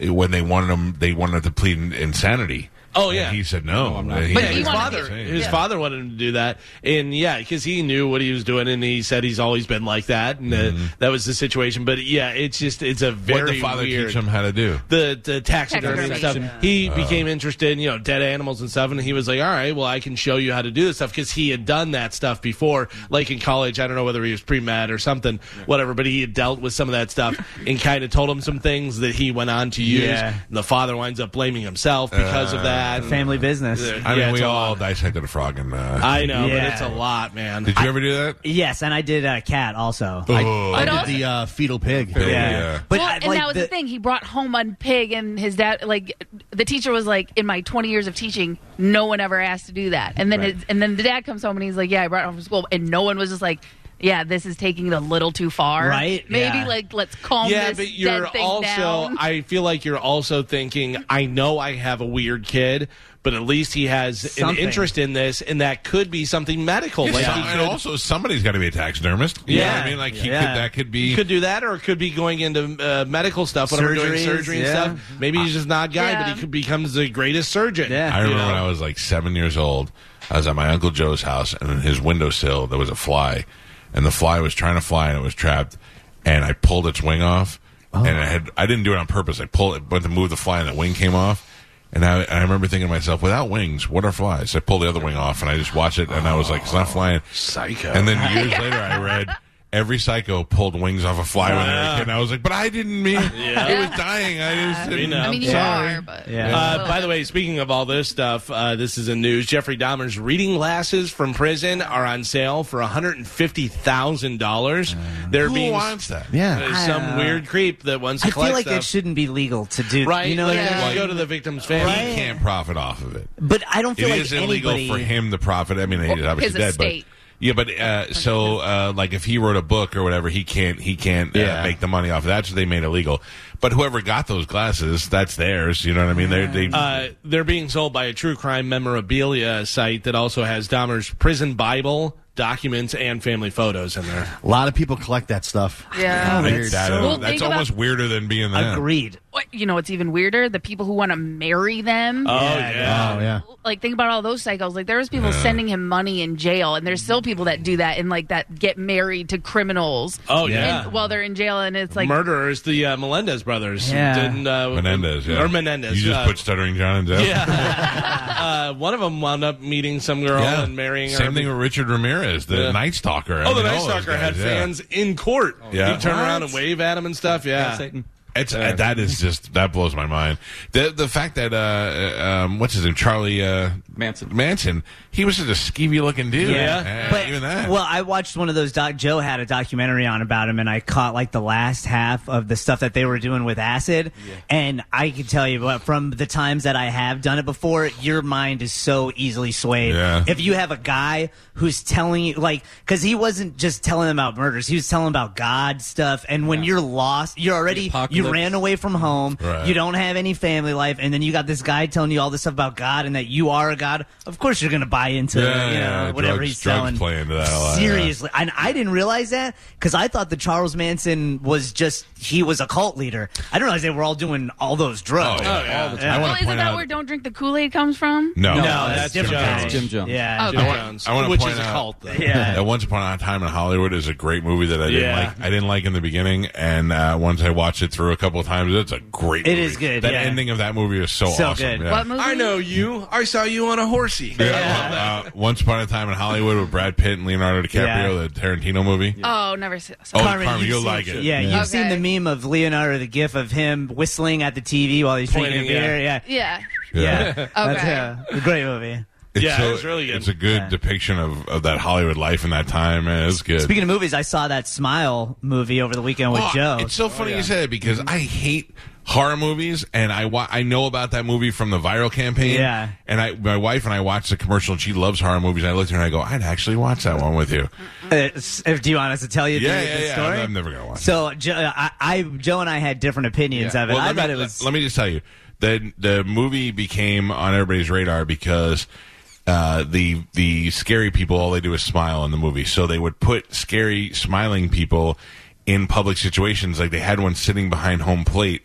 when they wanted him, they wanted to plead in- insanity. Oh, yeah. and he said no. I'm not. And But Yeah, he his wanted father, to- his father wanted him to do that, and yeah, because he knew what he was doing, and he said he's always been like that, and uh, that was the situation. But yeah, it's just it's a very Mm-hmm. What the father weird. teach him how to do? the the taxidermy and Taxidermy, stuff. He Uh-huh. became interested in you know dead animals and stuff, and he was like, "All right, well, I can show you how to do this stuff," because he had done that stuff before, like in college. I don't know whether he was pre med or something, whatever, but he had dealt with some of that stuff and kind of told him some things that he went on to use. Yeah. And the father winds up blaming himself because Uh. of that. Family business. Yeah. I mean, it's we a all lot. dissected a frog, and uh, I know, but Yeah. it's a lot, man. Did you ever do that? Yes, and I did uh, cat also. Oh, But I also- did the uh, fetal pig. yeah. But well, I- and like, that was the, thing. He brought home a pig, and his dad, like, the teacher was like, "In my 20 years of teaching, no one ever asked to do that." And then, Right. his- and then the dad comes home and he's like, "Yeah, I brought it home from school," and no one was just like, "Yeah, this is taking it a little too far." Right? Maybe Yeah. like let's calm yeah, this but you're dead thing also. down. I feel like you're also thinking. I know I have a weird kid, but at least he has Something. an interest in this, and that could be something medical. Like Some- he and could- also, somebody's got to be a taxidermist. You know Yeah. what I mean, like he Yeah. could, that could you be. could do that, or it could be going into uh, medical stuff. Whatever, doing Surgeries, surgery and yeah. stuff. Maybe he's just not a guy, but Yeah. he could becomes the greatest surgeon. Yeah. I you remember know? when I was like seven years old. I was at my uncle Joe's house, and in his windowsill there was a fly, and the fly was trying to fly, and it was trapped, and I pulled its wing off, and Oh. I had I didn't do it on purpose. I pulled it, went to move the fly, and the wing came off. And I, I remember thinking to myself, without wings, what are flies? I pulled the other wing off, and I just watched it, and I was like, it's not flying. Oh, psycho. And then years later, I read every psycho pulled wings off a fly when they were a kid. And I was like, but I didn't mean it was dying. I just We didn't. know. I mean, you Sorry. are, but Yeah. Uh, by the way, speaking of all this stuff, uh, this is in news. Jeffrey Dahmer's reading glasses from prison are on sale for $150,000. They're Uh, Who being wants that? Yeah. uh, I some don't know. weird creep that wants to I collect feel like stuff. it shouldn't be legal to do. right? You know, like, what I it mean? should go to the victim's He family. can't profit off of it. but I don't It feel is like illegal anybody. for him to profit. I mean, he's Well, obviously his dead, estate. but yeah, but uh, so uh, like if he wrote a book or whatever, he can't he can't uh, Yeah. make the money off. of That's what they made illegal. But whoever got those glasses, that's theirs. You know what I mean? They're, they Uh, they're being sold by a true crime memorabilia site that also has Dahmer's prison Bible, documents, and family photos in there. A lot of people collect that stuff. Oh, Yeah. like weird. that. So- Well, that's think about- almost weirder than being that. Agreed. what, you know, it's even weirder. The people who want to marry them. Oh, Oh yeah. like think about all those cycles. Like there was people sending him money in jail, and there's still people that do that and like that get married to criminals Oh, yeah. and, while they're in jail, and it's like Murderers, the uh, Melendez brothers. Yeah. Didn't, uh, Menendez, yeah. Or Menendez. You just uh, put Stuttering John in jail. Yeah. uh, one of them wound up meeting some girl Yeah. and marrying Same her. thing with Richard Ramirez, the Yeah. Night Stalker. I oh, the mean, Night all those Stalker had guys, yeah. fans in court. Yeah. He'd turn around What? and wave at him and stuff. Yeah. Satan. It's uh, that is just that blows my mind. The the fact that uh, uh, um, what's his name Charlie uh, Manson. Manson he was just a skeevy looking dude. Yeah. Uh, But, even that. Well, I watched one of those. Doc, Joe had a documentary on about him, and I caught like the last half of the stuff that they were doing with acid. And I can tell you, what from the times that I have done it before, your mind is so easily swayed. Yeah. If you have a guy who's telling you, like, because he wasn't just telling them about murders, he was telling about God stuff. And when you're lost, you're already you apocalypse. ran away from home, Right. you don't have any family life, and then you got this guy telling you all this stuff about God and that you are a God. Of course, you're gonna buy into yeah, it, you know, yeah, whatever drugs, he's drugs selling. play into that a lot, yeah. Seriously, and I didn't realize that because I thought the Charles Manson was just he was a cult leader. I didn't realize they were all doing all those drugs. Oh, yeah. All the time. I well, want to isn't point that out. where "Don't drink the Kool Aid" comes from? Oh, no, No, that's Oh, that's different. Jones. guys. Jim Jones. Yeah. Okay. Jim I want- Jones, I wanna Which point is a out- cult, though. Yeah. That Once Upon a Time in Hollywood is a great movie that I didn't Yeah. like. I didn't like in the beginning, and uh, once I watched it through a couple of times, it's a great. It movie. is good, That yeah. ending of that movie is so, So awesome. good. yeah. What movie? I know you. I saw you on a horsey. Yeah. Uh, Once Upon a Time in Hollywood with Brad Pitt and Leonardo DiCaprio, Yeah. the Tarantino movie. Oh, never. s- Oh, Carmen, Carmen, you've you'll seen- like it. Yeah, you've seen Okay. the meme of Leonardo, the gif of him whistling at the TV while he's drinking a Pointing, yeah. beer. Yeah, Yeah. yeah. That's Okay. uh, a great movie. It's Yeah, it's really good. It's a good depiction of, of that Hollywood life in that time. Man, it's good. Speaking of movies, I saw that Smile movie over the weekend with Oh, Joe. It's so funny you said it because I hate horror movies, and I wa- I know about that movie from the viral campaign. Yeah. And I, my wife and I watched the commercial, and she loves horror movies. And I looked at her and I go, I'd actually watch that one with you. It's- Uh, if do you want us to tell you Yeah, the, yeah, the yeah. story? I'm never gonna watch So Joe, I, I, Joe and I had different opinions of it. Well, I let me- thought it was. let- let me just tell you the the movie became on everybody's radar because uh, the the scary people all they do is smile in the movie, so they would put scary smiling people in public situations. Like they had one sitting behind home plate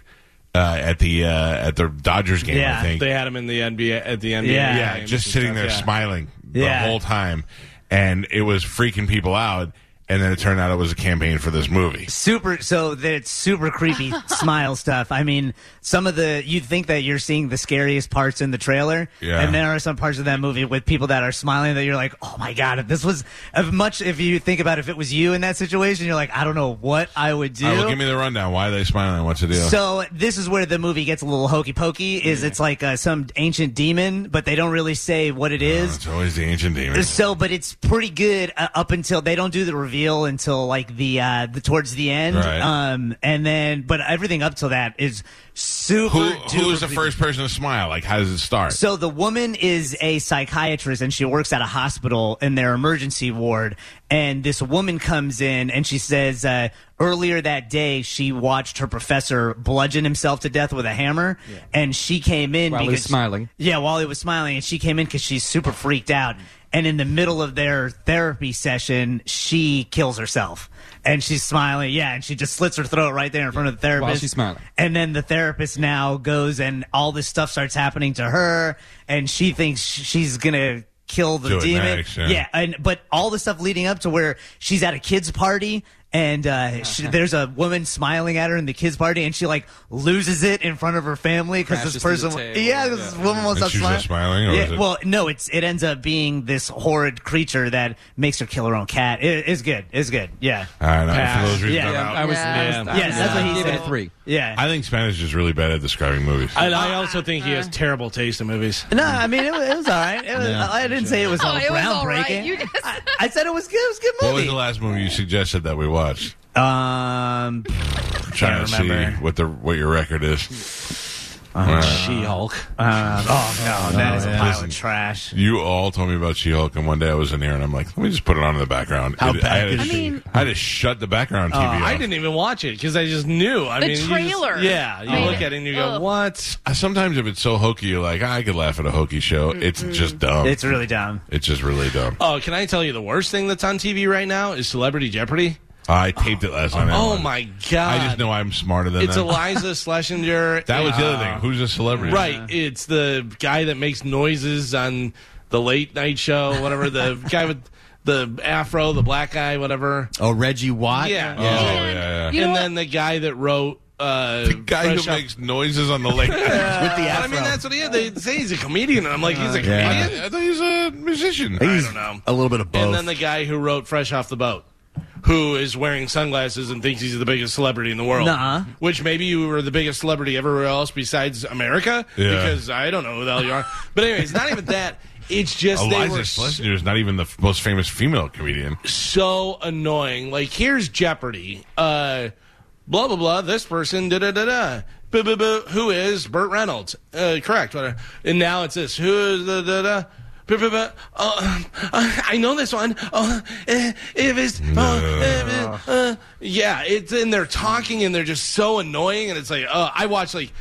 uh, at the uh, at the Dodgers game, I Yeah. think. They had him in the NBA at the NBA. Yeah. yeah, games just and sitting stuff, there yeah. smiling the Yeah. whole time, and it was freaking people out. And then it turned out it was a campaign for this movie. super so that's super creepy smile stuff i mean some of the you'd think that you're seeing the scariest parts in the trailer Yeah. and there are some parts of that movie with people that are smiling that you're like oh my god if this was as much if you think about if it was you in that situation you're like i don't know what i would do All right, well, give me the rundown. Why are they smiling? What's the deal? so this is where the movie gets a little hokey pokey. Is it's like uh, some ancient demon, but they don't really say what it is. Oh, It's always the ancient demon. So, but it's pretty good uh, up until they don't do the reveal until like the uh the towards the end. Right. Um, and then but everything up till that is super. Who who is the duper- first person to smile? Like, how does it start? So the woman is a psychiatrist and she works at a hospital in their emergency ward. And this woman comes in and she says uh, earlier that day she watched her professor bludgeon himself to death with a hammer. And she came in While he because was smiling. Yeah, while he was smiling, and she came in because she's super freaked out. And in the middle of their therapy session, she kills herself. And she's smiling, yeah, and she just slits her throat right there in front of the therapist. she's smiling. And then the therapist now goes and all this stuff starts happening to her, and she thinks sh- she's gonna kill the Do it demon. next, yeah. and but all the stuff leading up to where she's at a kids' party. and uh, she, there's a woman smiling at her in the kids party, and she like loses it in front of her family because this Crashes through the person, table, yeah, this yeah. woman won't And stop she's smiling. just smiling, or Yeah, is it- well, no, it's it ends up being this horrid creature that makes her kill her own cat. It, it's good. It's good. Yeah. All right, I- for those reasons, Yeah. I'm out. I was, Yeah. I was, Yeah, that's what he giving said. it three. Yeah. I think Spanish is really bad at describing movies. And I also think he Uh. has terrible taste in movies. no, I mean it was, it was all right. It was, I didn't say it was Oh, all it was all right. groundbreaking. You just- I, I said it was good. It was a good what was movie. the last movie you suggested that we watched? um, I'm trying to see remember. what the what your record is. She Hulk. uh, oh no, that is a pile listen. of trash. You all told me about She-Hulk, and one day I was in here, and I'm like, let me just put it on in the background. How I, had bad to- is she? I had to shut the background TV off. I didn't even watch it because I just knew. I The mean, you just- trailer. yeah, you Made look it. at it and you go, Ugh. "What?" Sometimes if it's so hokey, you're like, "Ah, I could laugh at a hokey show. It's just dumb. It's really dumb. It's just really dumb. Oh, can I tell you the worst thing that's on TV right now is Celebrity Jeopardy. I taped it last night. I Oh watched it. my god! I just know I'm smarter than it's them. Eliza Schlesinger. That was the other Uh, thing. Who's a celebrity? Right. It's the guy that makes noises on the late night show, whatever. The guy with the afro, the black guy, whatever. Oh, Reggie Watt. Yeah. Oh yeah, yeah. You know and what? then the guy that wrote. Uh, the guy Fresh who Off- makes noises on the lake. With the But afro. I mean, that's what he is. They say he's a comedian, and I'm like, he's a yeah. comedian. I thought he's a musician. I He's don't know. A little bit of both. And then the guy who wrote Fresh Off the Boat, who is wearing sunglasses and thinks he's the biggest celebrity in the world. Nuh-uh. Which maybe you were the biggest celebrity everywhere else besides America. Yeah. Because I don't know who the hell you are. But anyway, it's not even that. It's just they Eliza were s- Schlesinger is not even the f- most famous female comedian. so annoying. Like, here's Jeopardy. Uh, blah, blah, blah. This person, da, da, da, da. Boo, boo, boo. Who is Burt Reynolds? Uh, correct. Whatever. And now it's this. Who is da, da, da? Boo, boo, boo. Oh, uh, I know this one. Oh, eh, if it's, oh, eh, eh, uh, yeah, it's and they're talking and they're just so annoying and it's like, uh, I watched like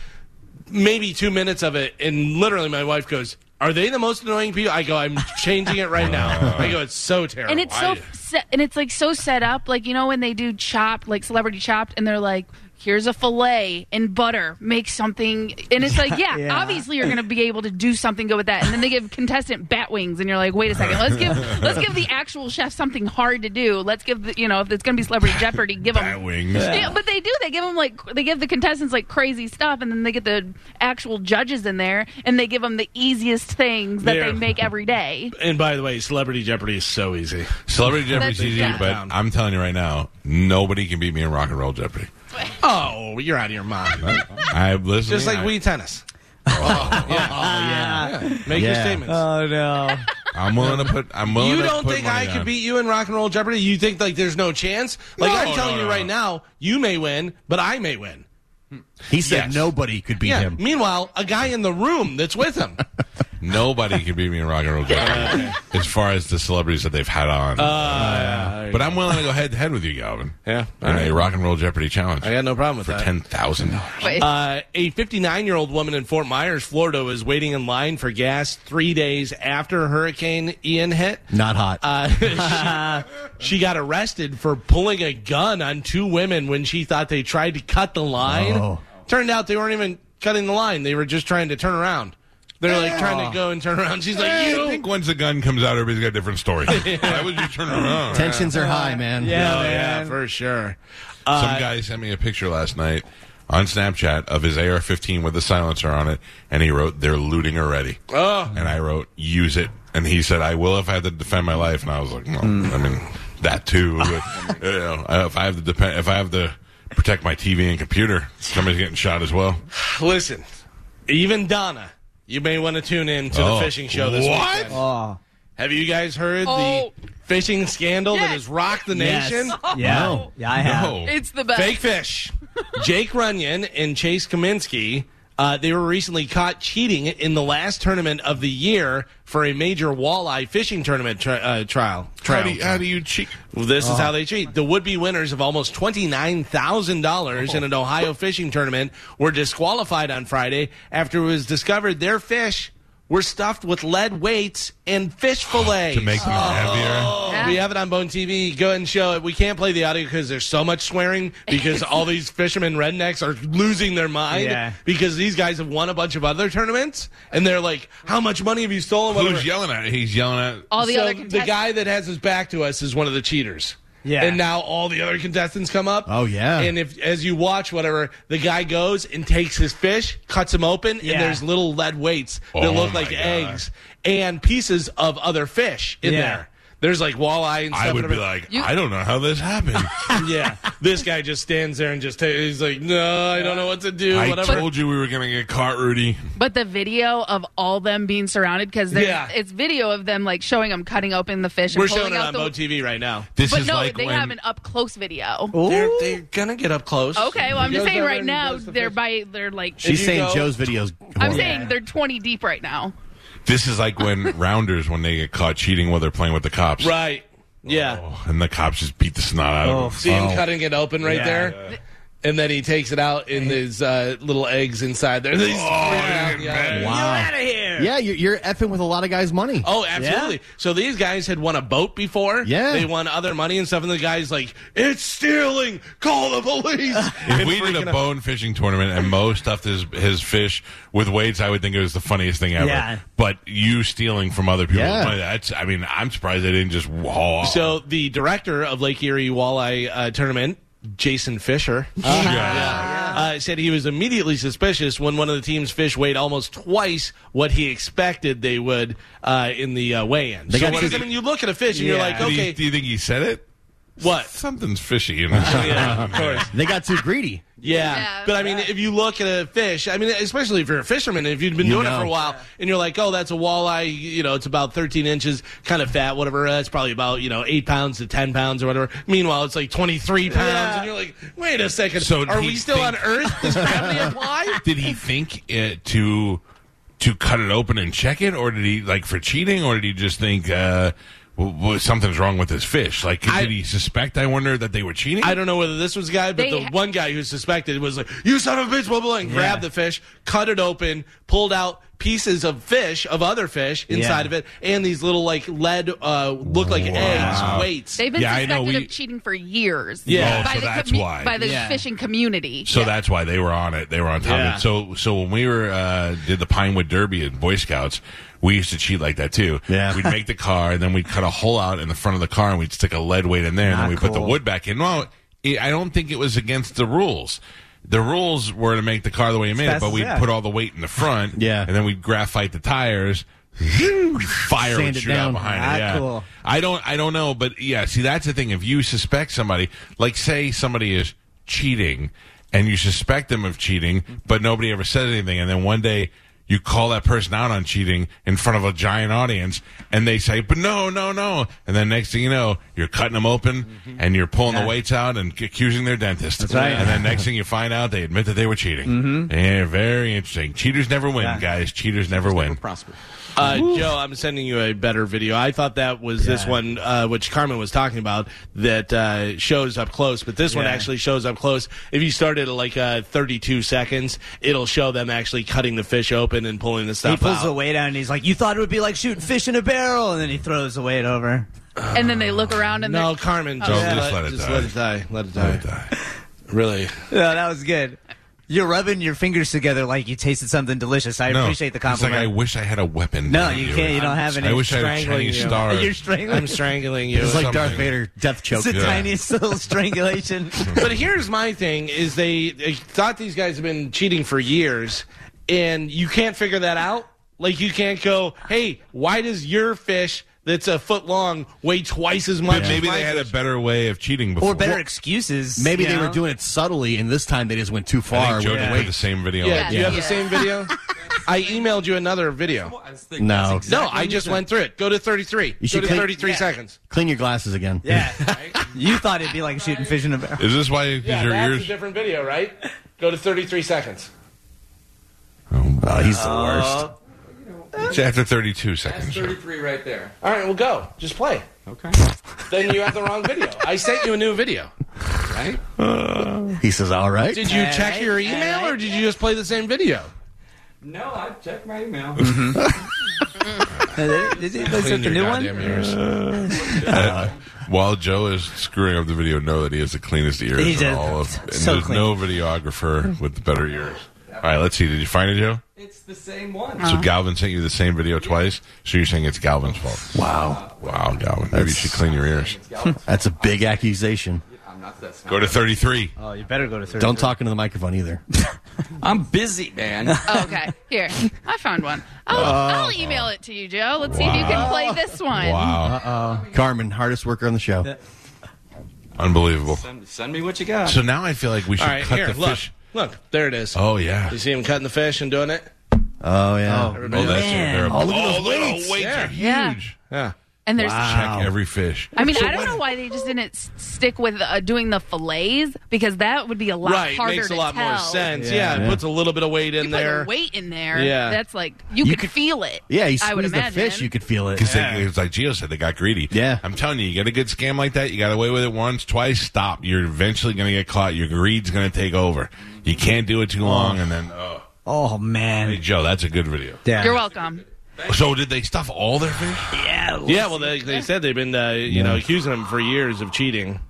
maybe two minutes of it, and literally my wife goes, "Are they the most annoying people?" I go, "I'm changing it right now." I go, "It's so terrible." and it's so I- set, and it's like so set up like you know when they do chopped like celebrity chopped and they're like here's a fillet and butter make something and it's like yeah, Yeah. obviously you're gonna be able to do something good with that and then they give contestant bat wings and you're like wait a second let's give let's give the actual chef something hard to do let's give the, you know if it's gonna be celebrity jeopardy give Bat them wings. yeah, but they do. They give them like they give the contestants like crazy stuff, and then they get the actual judges in there, and they give them the easiest things that Yeah. they make every day. And by the way, Celebrity Jeopardy is so easy. Celebrity Jeopardy's That's- easy, yeah. but I'm telling you right now, nobody can beat me in rock and roll Jeopardy. Oh, you're out of your mind. I listen. Just like I, Wii Tennis. yeah. yeah. Make your Yeah. Uh, statements. Oh no. I'm willing to put. I'm willing. you to don't put think I money could down. beat you in Rock and Roll Jeopardy? You think like there's no chance? Like No, I'm telling no, you no, no. right now, you may win, but I may win. he said Yes. nobody could beat Yeah. him. Meanwhile, a guy in the room that's with him. Nobody can beat me in rock and roll Jeopardy. as far as the celebrities that they've had Oh, on, but I'm willing to go head to head with you, Galvin. Yeah. in a rock and roll Jeopardy challenge. I got no problem with for that. ten thousand dollars. But- Uh, a 59 year old woman in Fort Myers, Florida, was waiting in line for gas three days after Hurricane Ian hit. Not hot. Uh, she, she got arrested for pulling a gun on two women when she thought they tried to cut the line. Oh. Turned out they weren't even cutting the line, they were just trying to turn around. They're like trying to go and turn around. She's like, I you. think once the gun comes out, everybody's got a different story. Why would you turn around? Tensions are high, man. Oh, yeah, for sure. Some guy sent me a picture last night on Snapchat of his AR-15 with a silencer on it, and he wrote, "They're looting already." Oh. And I wrote, "Use it." And he said, "I will if I have to defend my life." And I was like, "Well, I mean, that too. But, you know, if I have to depend, if I have to protect my TV and computer, somebody's getting shot as well." Listen, even Donna, you may want to tune in to Oh. the fishing show this What? weekend. Have you guys heard Oh. the fishing scandal that Yes. has rocked the Yes. nation? Yeah. No. Yeah, I have. No. It's the best. Fake fish. Jake Runyon and Chase Kaminsky. Uh, they were recently caught cheating in the last tournament of the year for a major walleye fishing tournament tri- uh, trial. How trial. do, you, how do you cheat? Well, This Uh-huh. is how they cheat. The would-be winners of almost twenty-nine thousand dollars in an Ohio fishing tournament were disqualified on Friday after it was discovered their fish were stuffed with lead weights and fish fillets. to make them heavier? Yeah. We have it on Bone TV. Go ahead and show it. We can't play the audio because there's so much swearing because all these fishermen rednecks are losing their mind Yeah. because these guys have won a bunch of other tournaments and they're like, "How much money have you stolen?" Whatever. Who's yelling at? it? He's yelling at. all the So other the contestants. guy that has his back to us is one of the cheaters. Yeah. And now all the other contestants come up. Oh, yeah. And if as you watch whatever, the guy goes and takes his fish, cuts him open, Yeah. and there's little lead weights that Oh, look my like God. eggs and pieces of other fish in Yeah. there. There's like walleye and stuff. I would and be everything. like, I don't know how this happened. yeah. This guy just stands there and just ta- he's like, no, I don't know what to do. I whatever. told you we were going to get caught, Rudy. But the video of all them being surrounded because Yeah. it's video of them like showing them cutting open the fish. And We're pulling showing it out on the, MoTV right now. This But is no, like they when have an up close video. They're, they're gonna get up close. Okay, well I'm He just goes saying over right and now does the they're fish. by they're like She's you saying go- Joe's video's. I'm horrible. saying they're 20 deep right now. this is like when rounders when they get caught cheating while they're playing with the cops. right. Yeah. Oh, Oh, and the cops just beat the snot out Oh, of them. See him cutting it open right Yeah. there, and then he takes it out in his uh, little eggs inside there. He's screaming out, yeah. Get out of here. Yeah, you're, you're effing with a lot of guys' money. Oh, absolutely. So these guys had won a boat before. Yeah. They won other money and stuff, and the guy's like, It's stealing! Call the police! If we did a bone fishing tournament and Mo stuffed his, his fish with weights, I would think it was the funniest thing ever. Yeah. But you stealing from other people's Yeah. money, that's, I mean, I'm surprised they didn't just haul off. so the director of Lake Erie Walleye uh, Tournament, Jason Fisher, uh, said he was immediately suspicious when one of the team's fish weighed almost twice what he expected they would uh, in the uh, weigh-in. So got what to- is it? I mean, you look at a fish and you're Yeah. like, Do you- okay, do you think he said it? what? Something's fishy. You know? Yeah, of course. They got too greedy. Yeah. Yeah. But I mean, if you look at a fish, I mean, especially if you're a fisherman, if you've been doing it know. for a while and you're like, oh, that's a walleye, you know, it's about 13 inches, kind of fat, whatever. That's probably about, you know, eight pounds to 10 pounds or whatever. Meanwhile, it's like 23 pounds. And you're like, wait a second. So are he we still on thinks- Earth? Does gravity apply? did he think it to to cut it open and check it, or did he like for cheating, or did he just think uh, w- w- something's wrong with this fish? Like, I- did he suspect? I wonder that they were cheating. I don't know whether this was the guy, but They the ha- one guy who suspected was like, "You son of a bitch!" Blah blah, blah, and grabbed the fish, cut it open, pulled out pieces of fish of other fish inside Yeah. of it, and these little like lead uh, look like eggs weights. They've been Yeah, I know, suspected we- of cheating for years. Yeah. Oh, by so the that's commu- why. by the Yeah. fishing community. so that's why they were on it. They were on top Yeah. of it. So, so when we were uh, did the Pinewood Derby at Boy Scouts, we used to cheat like that too. Yeah. we'd make the car, and then we'd cut a hole out in the front of the car, and we'd stick a lead weight in there, and then Not we put the cool. wood back in. No, it, I don't think it was against the rules. The rules were to make the car the way you made it, fast but as- we'd yeah. put all the weight in the front, Yeah. and then we'd graphite the tires. Fire Sand would it shoot out down. behind Ah, it. Yeah. cool. I don't I don't know, but yeah, see that's the thing. If you suspect somebody, like say somebody is cheating and you suspect them of cheating, but nobody ever says anything, and then one day you call that person out on cheating in front of a giant audience and they say, But no, no, no and then next thing you know, you're cutting them open and you're pulling the weights out and accusing their dentist. That's right. And then next thing you find out they admit that they were cheating. Yeah, very interesting. Cheaters never win, Yeah. guys. Cheaters never win. Prosper. Uh, Joe, I'm sending you a better video. I thought that was this one, uh, which Carmen was talking about, that uh, shows up close, but this one Yeah. actually shows up close. If you start it at like uh, 32 seconds, it'll show them actually cutting the fish open and pulling the He stuff pulls out. the weight out and he's like, "You thought it would be like shooting fish in a barrel," and then he throws the weight over. and then they look around and No, they're- Carmen, Oh, just, yeah. let, just let it die. Let it die. Really? No, that was good. You're rubbing your fingers together like you tasted something delicious. I appreciate the compliment. It's like I wish I had a weapon. No, to you do can't. it. You don't have any. I wish I had a Strangling Chinese you. star. You're strangling. I'm strangling you. It's like Darth Something. Vader death choke. it's the Yeah. tiniest little strangulation. but here's my thing: is they, they thought these guys have been cheating for years, and you can't figure that out. Like you can't go, hey, why does your fish that's a foot long weigh twice as much? But as maybe my they had a fish?" better way of cheating before. or better excuses. Maybe you they know? were doing it subtly, and this time they just went too I far. think Joe with did the put the same video. Yeah, up. do you have the Yeah. same video? I emailed you another video. No, No, I just went through it. Go to 33. You Go should to click- 33 seconds. clean your glasses again. Yeah. you thought it'd be like shooting fish in a barrel. Is this why is Yeah, your that's ears? a different video, right? Go to 33 seconds. Oh, he's the worst. Uh-huh. It's after 32 seconds. Joe. right there. All right, well, go. Just play. Okay. Then you have the wrong video. I sent you a new video. Right? He says, "All right." Did you check your email or did you just play the same video? No, I checked my email. Mm-hmm. Is it, is it the new one? Uh, Uh, While Joe is screwing up the video, know that he has the cleanest ears He's in a- all of. And so there's clean. no videographer with the better ears. All right, let's see. Did you find it, Joe? It's the same one. So Galvin sent you the same video twice. So you're saying it's Galvin's fault? Wow, wow, Galvin. Maybe you should clean your ears. That's a big accusation. Go to 33. Oh, you better go to 30. Don't talk into the microphone either. I'm busy, man. oh, Okay, here. I found one. I'll, Uh, I'll email it to you, Joe. Let's see if you can play this one. Wow. Carmen, hardest worker on the show. Unbelievable. send, send me what you got. So now I feel like we should All right, cut here, the look, fish. look, there it is. Oh, yeah. You see him cutting the fish and doing it? Oh yeah. Oh, that's Man. terrible. Oh, look at those weights. are Yeah. huge. Yeah. And there's. Check every fish. I mean, I don't know why they just didn't s- stick with uh, doing the fillets because that would be a lot Right, harder makes a to lot tell. more sense. Yeah, it puts a little bit of weight in You put there. the weight in there. Yeah. that's like you, You could, could- feel it. Yeah, you I would squeeze the imagine. fish, you could feel it. Because it's like Gio said, they got greedy. Yeah. I'm telling you, you get a good scam like that, you got away with it once, twice, stop. You're eventually going to get caught. Your greed's going to take over. You can't do it too long, and then, oh. Oh, Hey, man. Joe, that's a good video. Yeah. You're welcome. So did they stuff all their fish? Yeah, well, they, they said they've been, uh, you know, accusing him for years of cheating.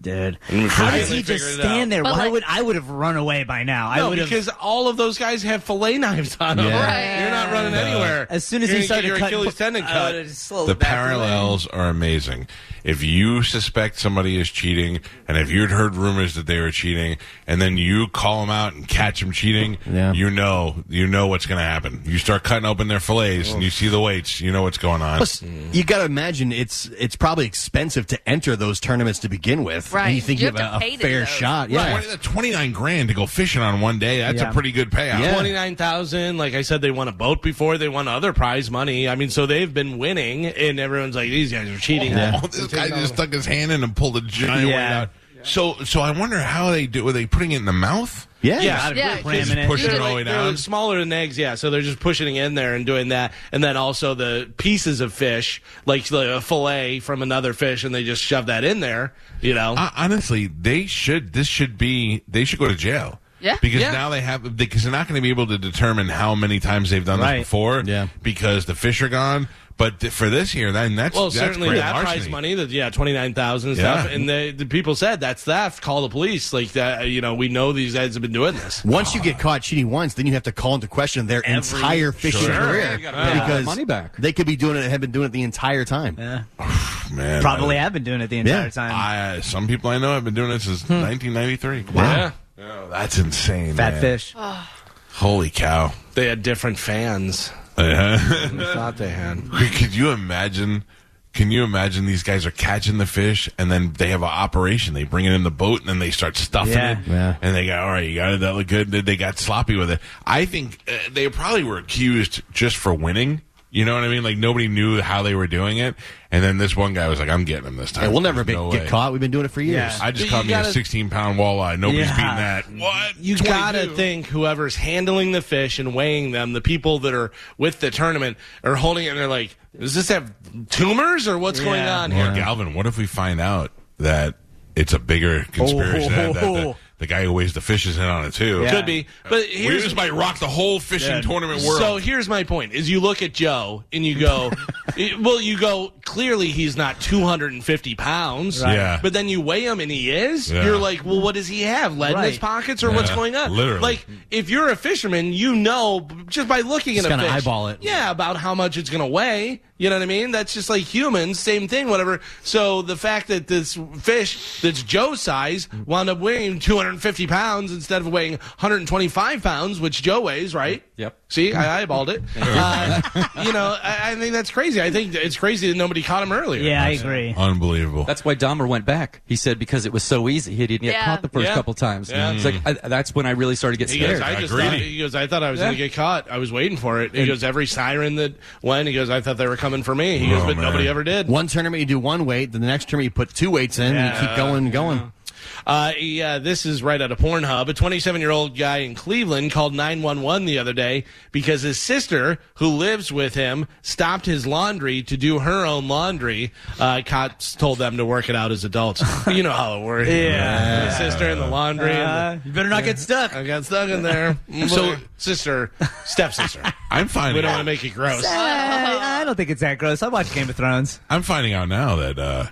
Dude. And we How does finally he just figured it stand out. there? But, Why like- would I would have run away by now? I No, would have. because all of those guys have fillet knives on them. Yeah. Right. You're not running anywhere. As soon as You're he gonna get started your cutting, Achilles tendon I cut. would've just slowed The back away. parallels are amazing. If you suspect somebody is cheating, and if you'd heard rumors that they were cheating, and then you call them out and catch them cheating, Yeah. you know, you know what's going to happen. You start cutting open their fillets, and you see the weights. You know what's going on. Plus, you got to imagine it's it's probably expensive to enter those tournaments to begin with. Right. And you think You you, have to have, pay a, a to fair do those. shot. Yeah. Right. Twenty nine grand to go fishing on one day. That's a Yeah. pretty good payout. Yeah. 29,000. Like I said, they won a boat before. They won other prize money. I mean, so they've been winning, and everyone's like, these guys are cheating. Oh, this guy just stuck his hand in and pulled a giant weight Yeah. out. So, so I wonder how they do. Were they putting it in the mouth? Yeah. Yeah. I'd Yeah, have ramming just push You it did all the way like- They're down. smaller than eggs, yeah. So they're just pushing it in there and doing that, and then also the pieces of fish, like the a fillet from another fish, and they just shove that in there. You know, Hon- honestly, they should. This should be. They should go to jail. Yeah. Because Yeah. now they have because they're not going to be able to determine how many times they've done Right. this before. Yeah. Because the fish are gone. But th- for this year, then that's well, that's certainly great that prize larceny. money, that yeah, twenty nine Yeah. thousand stuff, and the, the people said that's theft. Call the police, like that. You know, we know these guys have been doing this. Once you get caught cheating once, then you have to call into question their entire fishing Sure. career You gotta pay that because money back. they could be doing it, have been doing it the entire time. Man, Probably I, have been doing it the entire Yeah. time. I, some people I know have been doing it since 1993. Yeah, Yeah, Oh, that's insane. Fat man. fish. Holy cow. they had different fans. Uh-huh. I thought they had. Could you imagine? Can you imagine these guys are catching the fish and then they have an operation? They bring it in the boat and then they start stuffing Yeah. it. Yeah. And they got all right. You got it. That looked good. Then They got sloppy with it. I think uh, they probably were accused just for winning. You know what I mean? Like nobody knew how they were doing it. And then this one guy was like, "I'm getting him this time. Yeah, we'll never There's be- no get way." caught. We've been doing it for years. I just But caught you me a gotta- 16 pound walleye. Nobody's Yeah. beating that. What? You 22? gotta think whoever's handling the fish and weighing them, the people that are with the tournament are holding it and they're like, does this have tumors or what's going Yeah. on Well, here? Galvin, what if we find out that it's a bigger conspiracy? That, that the, the guy who weighs the fish is in on it too. Oh. Yeah. Could be. But We here's just might rock the whole fishing tournament world. So here's my point: is you look at Joe and you go, it- well, you go clearly he's not 250 pounds, Right. Yeah. But then you weigh him and he is. Yeah. You're like, well, what does he have? Lead in his Right. pockets or what's Yeah, going on? literally. like if you're a fisherman, you know just by looking Just at a kinda fish, eyeball it. yeah, about how much it's going to weigh. You know what I mean? That's just like humans, same thing, whatever. So the fact that this fish that's Joe's size wound up weighing 250 pounds instead of weighing 125 pounds, which Joe weighs, right? Yep. See, I eyeballed it. uh, you know, I, I think that's crazy. I think it's crazy that nobody caught him earlier. Yeah, I agree. Unbelievable. That's why Dahmer went back. He said because it was so easy, he didn't get Yeah. caught the first Yeah. couple times. Yeah. It's like I, that's when I really started to get He goes, scared. I just Agreed. thought, he goes, I thought I was going to Yeah. get caught. I was waiting for it. He goes, every siren that went, he goes, I thought they were coming for me. He goes, Oh, but man. nobody ever did. One tournament you do one weight, then the next tournament you put two weights in, and you keep going and going. Uh, yeah, this is right out of Pornhub. A 27 year old guy in Cleveland called 911 the other day because his sister, who lives with him, stopped his laundry to do her own laundry. Uh, cops told them to work it out as adults. you know how it works. Yeah. The sister and the laundry. Uh, and you better not get stuck. the, I got stuck in there. so, sister, stepsister. I'm finding. we don't out, want to make it gross. I, I don't think it's that gross. I watch Game of Thrones. I'm finding out now that uh,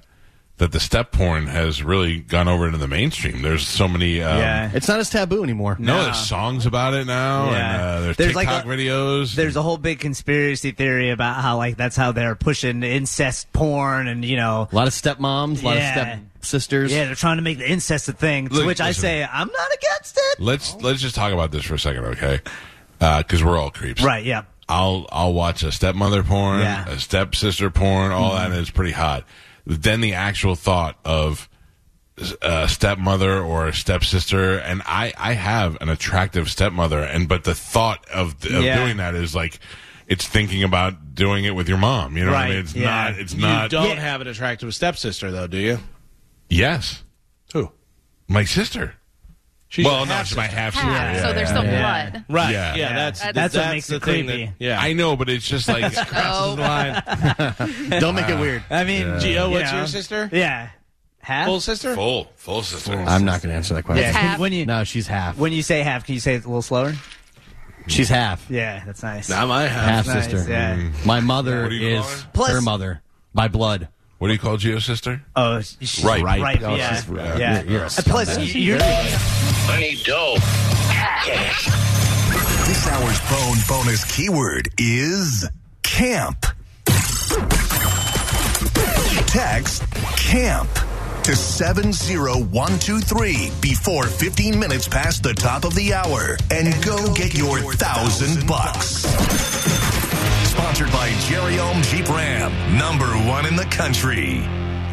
that the step porn has really gone over into the mainstream. There's so many. Um, Yeah. It's not as taboo anymore. No, there's songs about it now, and Yeah. uh, there's, There's like TikTok a- videos. There's a whole big conspiracy theory about how like that's how they're pushing incest porn and you know A lot of stepmoms, a lot Yeah. of stepsisters. yeah they're trying to make the incest a thing. To Look, which I listen. say I'm not against it. let's let's just talk about this for a second, okay? Because we're all creeps, Right? Yeah. I'll I'll watch a stepmother porn, Yeah. Mm-hmm. a stepsister porn, all that, and it's pretty hot. Then the actual thought of a stepmother or a stepsister, and I I have an attractive stepmother, and but the thought of, of Yeah. doing that is like it's thinking about doing it with your mom. You know what I Right, mean? It's yeah. not. It's you not. Uh, don't Yeah. have an attractive stepsister, though, do you? Yes, Who? my sister. She's well, your no, half-sister. she's my half sister. Yeah, so there's some blood. Right. Yeah. Yeah, Yeah. that's That's that's, what makes the it thing creepy. That, yeah. I know, but it's just like Oh, Don't make it weird. I mean, Gio, you what's know. your sister? Yeah. Half. Full sister? full, full sister. I'm not going to answer that question. Yeah, half. When you No, she's half. when you say half, can you say it a little slower? She's half. Yeah, that's nice. Not my Half half. nice, sister. yeah. My mother What do you is call her? Plus- her mother by blood. What do you call Geo sister? Oh, she's Right. right. Right. Oh, yeah. she's- uh, yeah. you're- you're a Plus, you're This hour's phone bonus keyword is camp. Text camp to 70123 before 15 minutes past the top of the hour and go get your thousand bucks. Sponsored by Jerry Ohm Jeep Ram, number one in the country.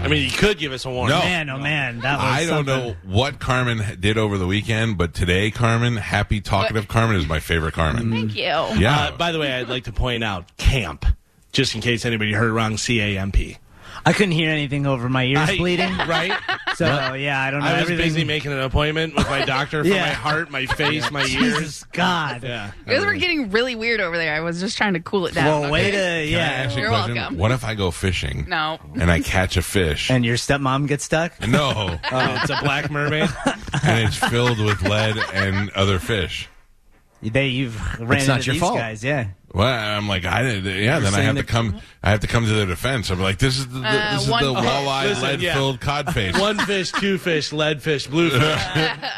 I mean, you could give us a warning. No. man. Oh man, that was. I don't know what Carmen did over the weekend, but today, Carmen, happy talkative Carmen is my favorite Carmen. thank you. Yeah. Uh, by the way, I'd like to point out camp, just in case anybody heard wrong, C A M P. I couldn't hear anything over my ears I- bleeding. Right? So yeah, I don't know. I was everything. busy making an appointment with my doctor for Yeah. my heart, my face, my ears. Jesus God. Yeah. You guys were getting really weird over there. I was just trying to cool it down. Well, way to Can I ask yeah. you a You're question? welcome. What if I go fishing? No. And I catch a fish. And your stepmom gets stuck. no. Oh, It's a black mermaid. and it's filled with lead and other fish. They you've ran It's into not your these fault. guys. Yeah. Well, I'm like, I didn't. Yeah, then I saying have to that- come. I have to come to their defense. I'm like, this is the, the- Uh, this is the one- walleye Listen, lead yeah. filled codfish. One fish, two fish, lead fish, blue fish.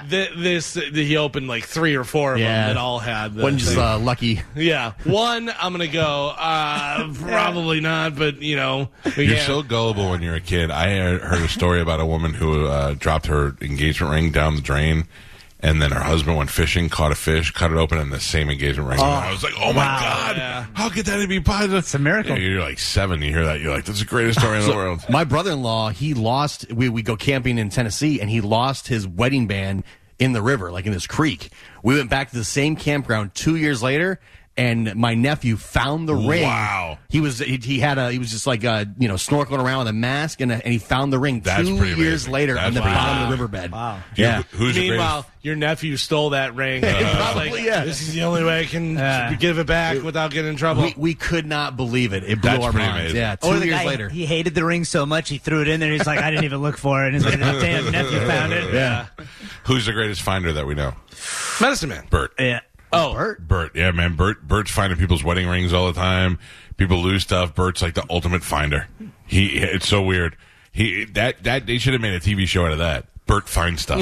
Th- this he opened like three or four of Yeah. them that all had. The When just thing. uh, lucky. yeah, one I'm gonna go. Uh, probably not, but you know, we You're can't- so gullible when you're a kid. I heard heard a story about a woman who uh, dropped her engagement ring down the drain, and then her husband went fishing, caught a fish, cut it open, and the same engagement ring. I was like, "Oh my god, Yeah. how could that be possible?" It's a miracle. You're like seven. You hear that? You're like, "That's the greatest story in the world." My brother in law, he lost. We, we go camping in Tennessee, and he lost his wedding band in the river, like in this creek. We went back to the same campground two years later, and my nephew found the ring. Wow. He was he, he had a he was just like uh, you know snorkeling around with a mask, and, a, and he found the ring That's two pretty years amazing. later That's on the pretty bottom of amazing. the riverbed. Wow. You- Yeah. who's the Meanwhile, greatest? your nephew stole that ring. probably, yeah. This is the only way I can give it back without getting in trouble. We, we could not believe it. It blew That's our pretty minds. amazing. Yeah, two Or the years guy, later. He hated the ring so much he threw it in there. He's like, I didn't even look for it. And his like, damn nephew found it. yeah. Who's the greatest finder that we know? Medicine man. Bert. Yeah. Oh, Bert. Yeah, man. Bert. Bert's finding people's wedding rings all the time. People lose stuff. Bert's like the ultimate finder. He. It's so weird. He that that they should have made a TV show out of that. Bert finds stuff.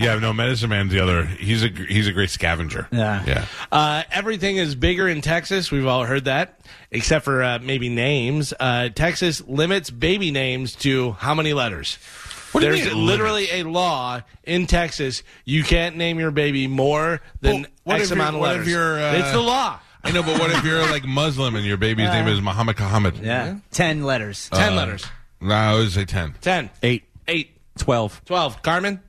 yeah, no, Medicine Man's the other. He's a gr- he's a great scavenger. Yeah. yeah. Uh, everything is bigger in Texas. We've all heard that, except for uh, maybe names. Uh, Texas limits baby names to how many letters? What do you There's mean it literally a law in Texas. You can't name your baby more than Well, what X if your- amount of what if letters. your, uh, it's the law. I know, but what if you're like Muslim and your baby's name is Muhammad Muhammad? Yeah. Ten letters. Oh, Ten Uh, letters. No, I would say ten. Ten. Eight. Eight. Twelve. Twelve. Carmen?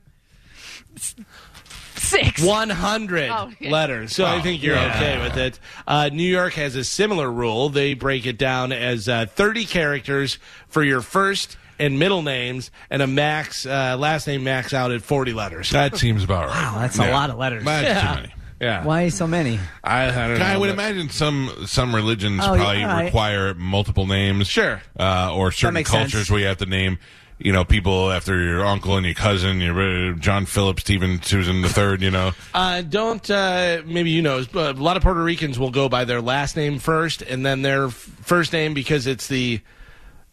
Six. 100 Oh, yeah. letters. So I think you're okay with it. Uh, New York has a similar rule. They break it down as uh, 30 characters for your first and middle names, and a max uh, last name max out at 40 letters. That seems about right. Wow, that's a lot of letters. That's too many. Yeah. Why so many? I, I don't know. I would but- imagine some some religions Oh, yeah, probably all right. require multiple names, Sure. uh, or certain makes cultures sense. where you have to name, you know, people after your uncle and your cousin, your uh, John Philip, Stephen, Susan the Third. You know, Uh, don't, uh, maybe you know, but a lot of Puerto Ricans will go by their last name first and then their f- first name because it's the.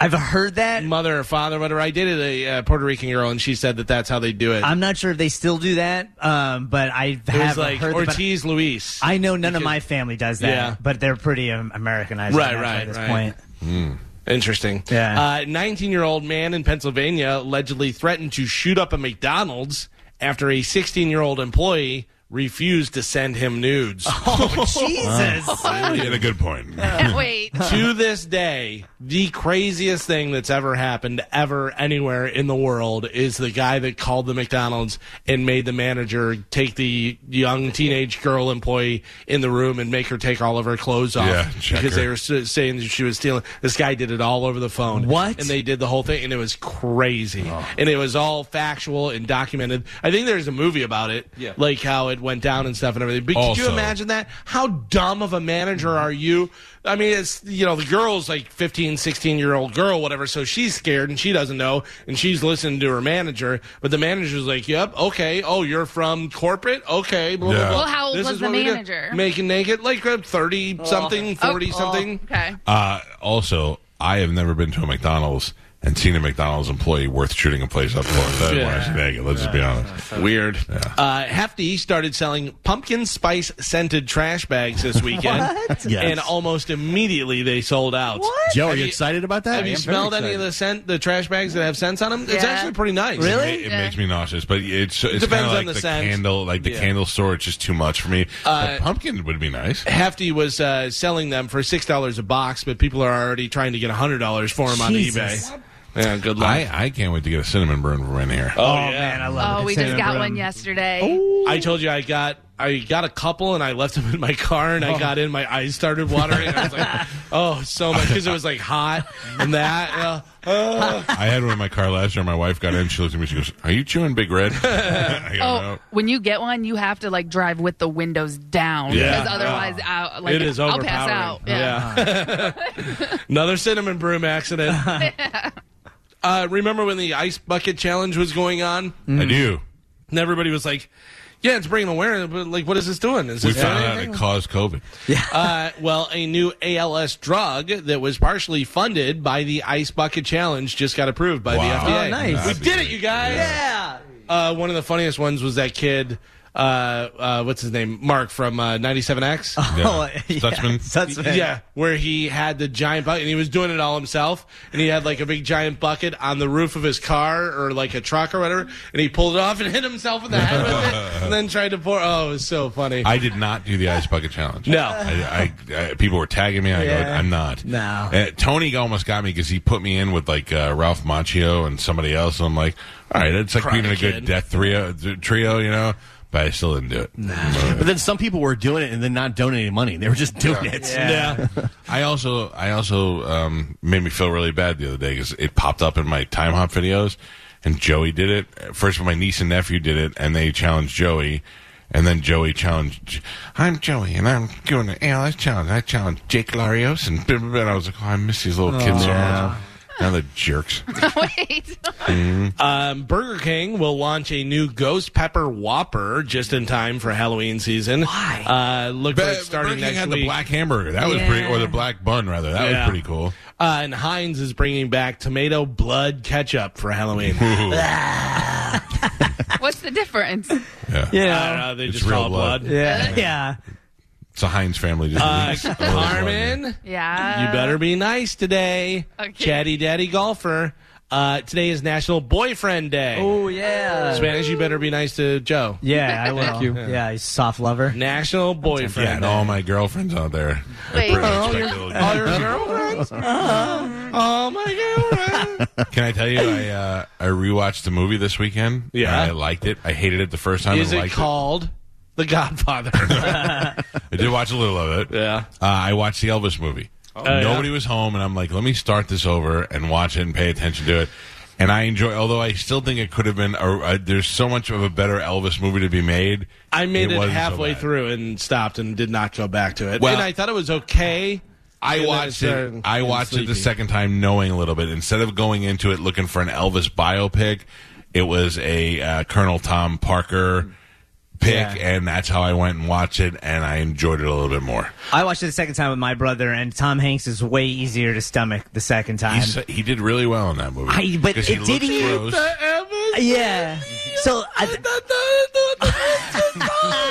I've heard that. mother or father, whatever. I dated a uh, Puerto Rican girl, and she said that that's how they do it. I'm not sure if they still do that, um, but I it was have like heard. that, but Ortiz Luis. I know none of my family does that, Yeah. but they're pretty um, Americanized. Right, on that right, at this right. point. Interesting. Yeah. Uh, 19 year old man in Pennsylvania allegedly threatened to shoot up a McDonald's after a 16 year old employee refused to send him nudes. Oh, Jesus. Oh, You had a good point. Wait. to this day, the craziest thing that's ever happened ever anywhere in the world is the guy that called the McDonald's and made the manager take the young teenage girl employee in the room and make her take all of her clothes off Yeah, check because her. they were s- saying that she was stealing. This guy did it all over the phone. What? And they did the whole thing, and it was crazy. Oh. And it was all factual and documented. I think there's a movie about it, Yeah. like how it went down and stuff and everything. But could you Also- imagine? imagine that? How dumb of a manager are you? I mean, it's, you know, the girl's like 15, 16 year old girl, whatever. So she's scared and she doesn't know. And she's listening to her manager. But the manager's like, yep, okay. Oh, you're from corporate? Okay. Blah, Yeah. blah, blah. Well, how old This was is the what we do." manager? Making naked, like uh, 30 something, 40 Oh, something. oh, okay. Uh, also, I have never been to a McDonald's and seen a McDonald's employee worth shooting a place up for. That was naked, Let's just be honest. Weird. Uh, Hefty started selling pumpkin spice scented trash bags this weekend. Yes. And almost immediately they sold out. Joe, are you excited about that? Have you smelled any of the scent, the trash bags that have scents on them? It's Yeah. actually pretty nice. It, it makes me nauseous, but it's it's Depends kind of on like the the, scent. candle, like the Yeah. Uh, candle store. It's just too much for me. But pumpkin would be nice. Hefty was uh, selling them for six dollars a box, but people are already trying to get hundred dollars for them Jesus. on eBay. Yeah, good luck. I, I can't wait to get a cinnamon burn from in here. Oh, yeah. man, I love it. Oh, we Cinnamon just got Broom. one yesterday. I told you I got I got a couple, and I left them in my car, Oh. and I got in, my eyes started watering. I was like, oh, so much because it was like hot and that. uh, I had one in my car last year. My wife got in. She looked at me. She goes, "Are you chewing Big Red?" I go, Oh, "No." when you get one, you have to like drive with the windows down Yeah. because otherwise, I, like it is I'll overpowering. pass out. Yeah. Another cinnamon broom accident. Uh, remember when the ice bucket challenge was going on, I do. and everybody was like, "Yeah, it's bringing awareness, but like, what is this doing? Is We this found doing out anything?" it caused COVID. Uh, well, a new ALS drug that was partially funded by the Ice Bucket Challenge just got approved by Wow. the FDA. Oh, nice. We did it, you guys! Yeah. Uh, one of the funniest ones was that kid. Uh, uh, what's his name? Mark from uh, 97X. Oh, yeah. Sussman. Sussman. Yeah, where he had the giant bucket and he was doing it all himself. And he had like a big giant bucket on the roof of his car or like a truck or whatever. And he pulled it off and hit himself in the head with it and then tried to pour. Oh, it was so funny. I did not do the ice bucket challenge. No. I, I, I, people were tagging me. I go, Yeah. I'm not. No. Uh, Tony almost got me because he put me in with like uh, Ralph Macchio and somebody else. And I'm like, all right, it's like Karate being in a Kid. good death trio, trio, you know. But I still didn't do it. But then some people were doing it and then not donating money. They were just doing it. yeah. I also, I also um, made me feel really bad the other day because it popped up in my time hop videos, and Joey did it first. My niece and nephew did it, and they challenged Joey, and then Joey challenged. I'm Joey, and I'm doing an ALS challenge. I challenged Jake Larios, and, blah, blah, blah. and I was like, oh, I miss these little kids so much. Now they're jerks. Wait. Um, Burger King will launch a new Ghost Pepper Whopper just in time for Halloween season. Why? Uh, look like Burger starting King next had week. the black hamburger. That was pretty, or the black bun rather. That Yeah. was pretty cool. uh, and Heinz is bringing back tomato blood ketchup for Halloween. Ooh. What's the difference? yeah. I don't know, Uh, they It's just call real it blood. blood. Yeah. Yeah. It's a Heinz family. Just Uh, released a little blood. Carmen, Yeah. you better be nice today. Okay. Chatty Daddy Golfer. Uh, today is National Boyfriend Day. Oh, yeah. Spanish, you better be nice to Joe. Yeah, I will. Thank you. Yeah, he's a soft lover. National Boyfriend Yeah, and Day. all my girlfriends out there. are Wait. pretty Oh, respectable. All your girlfriends? Oh, my girlfriend. Can I tell you, I uh, I rewatched the movie this weekend. Yeah. and I liked it. I hated it the first time. Is and it liked called The Godfather? I did watch a little of it. Yeah. Oh, uh, I watched the Elvis movie. yeah. Nobody was home, and I'm like, let me start this over and watch it and pay attention to it. And I enjoy, although I still think it could have been. A, a, there's so much of a better Elvis movie to be made. I made it, wasn't so halfway bad. through and stopped and did not go back to it. Well- and I thought it was okay. And I then watched started it. I getting watched it the sleepy. second time, knowing a little bit. Instead of going into it looking for an Elvis biopic, it was a uh, Colonel Tom Parker pick, Yeah. and that's how I went and watched it, and I enjoyed it a little bit more. I watched it the second time with my brother, and Tom Hanks is way easier to stomach the second time. He's, he did really well in that movie. I- but 'Cause it he didn't- looks gross. yeah. So I,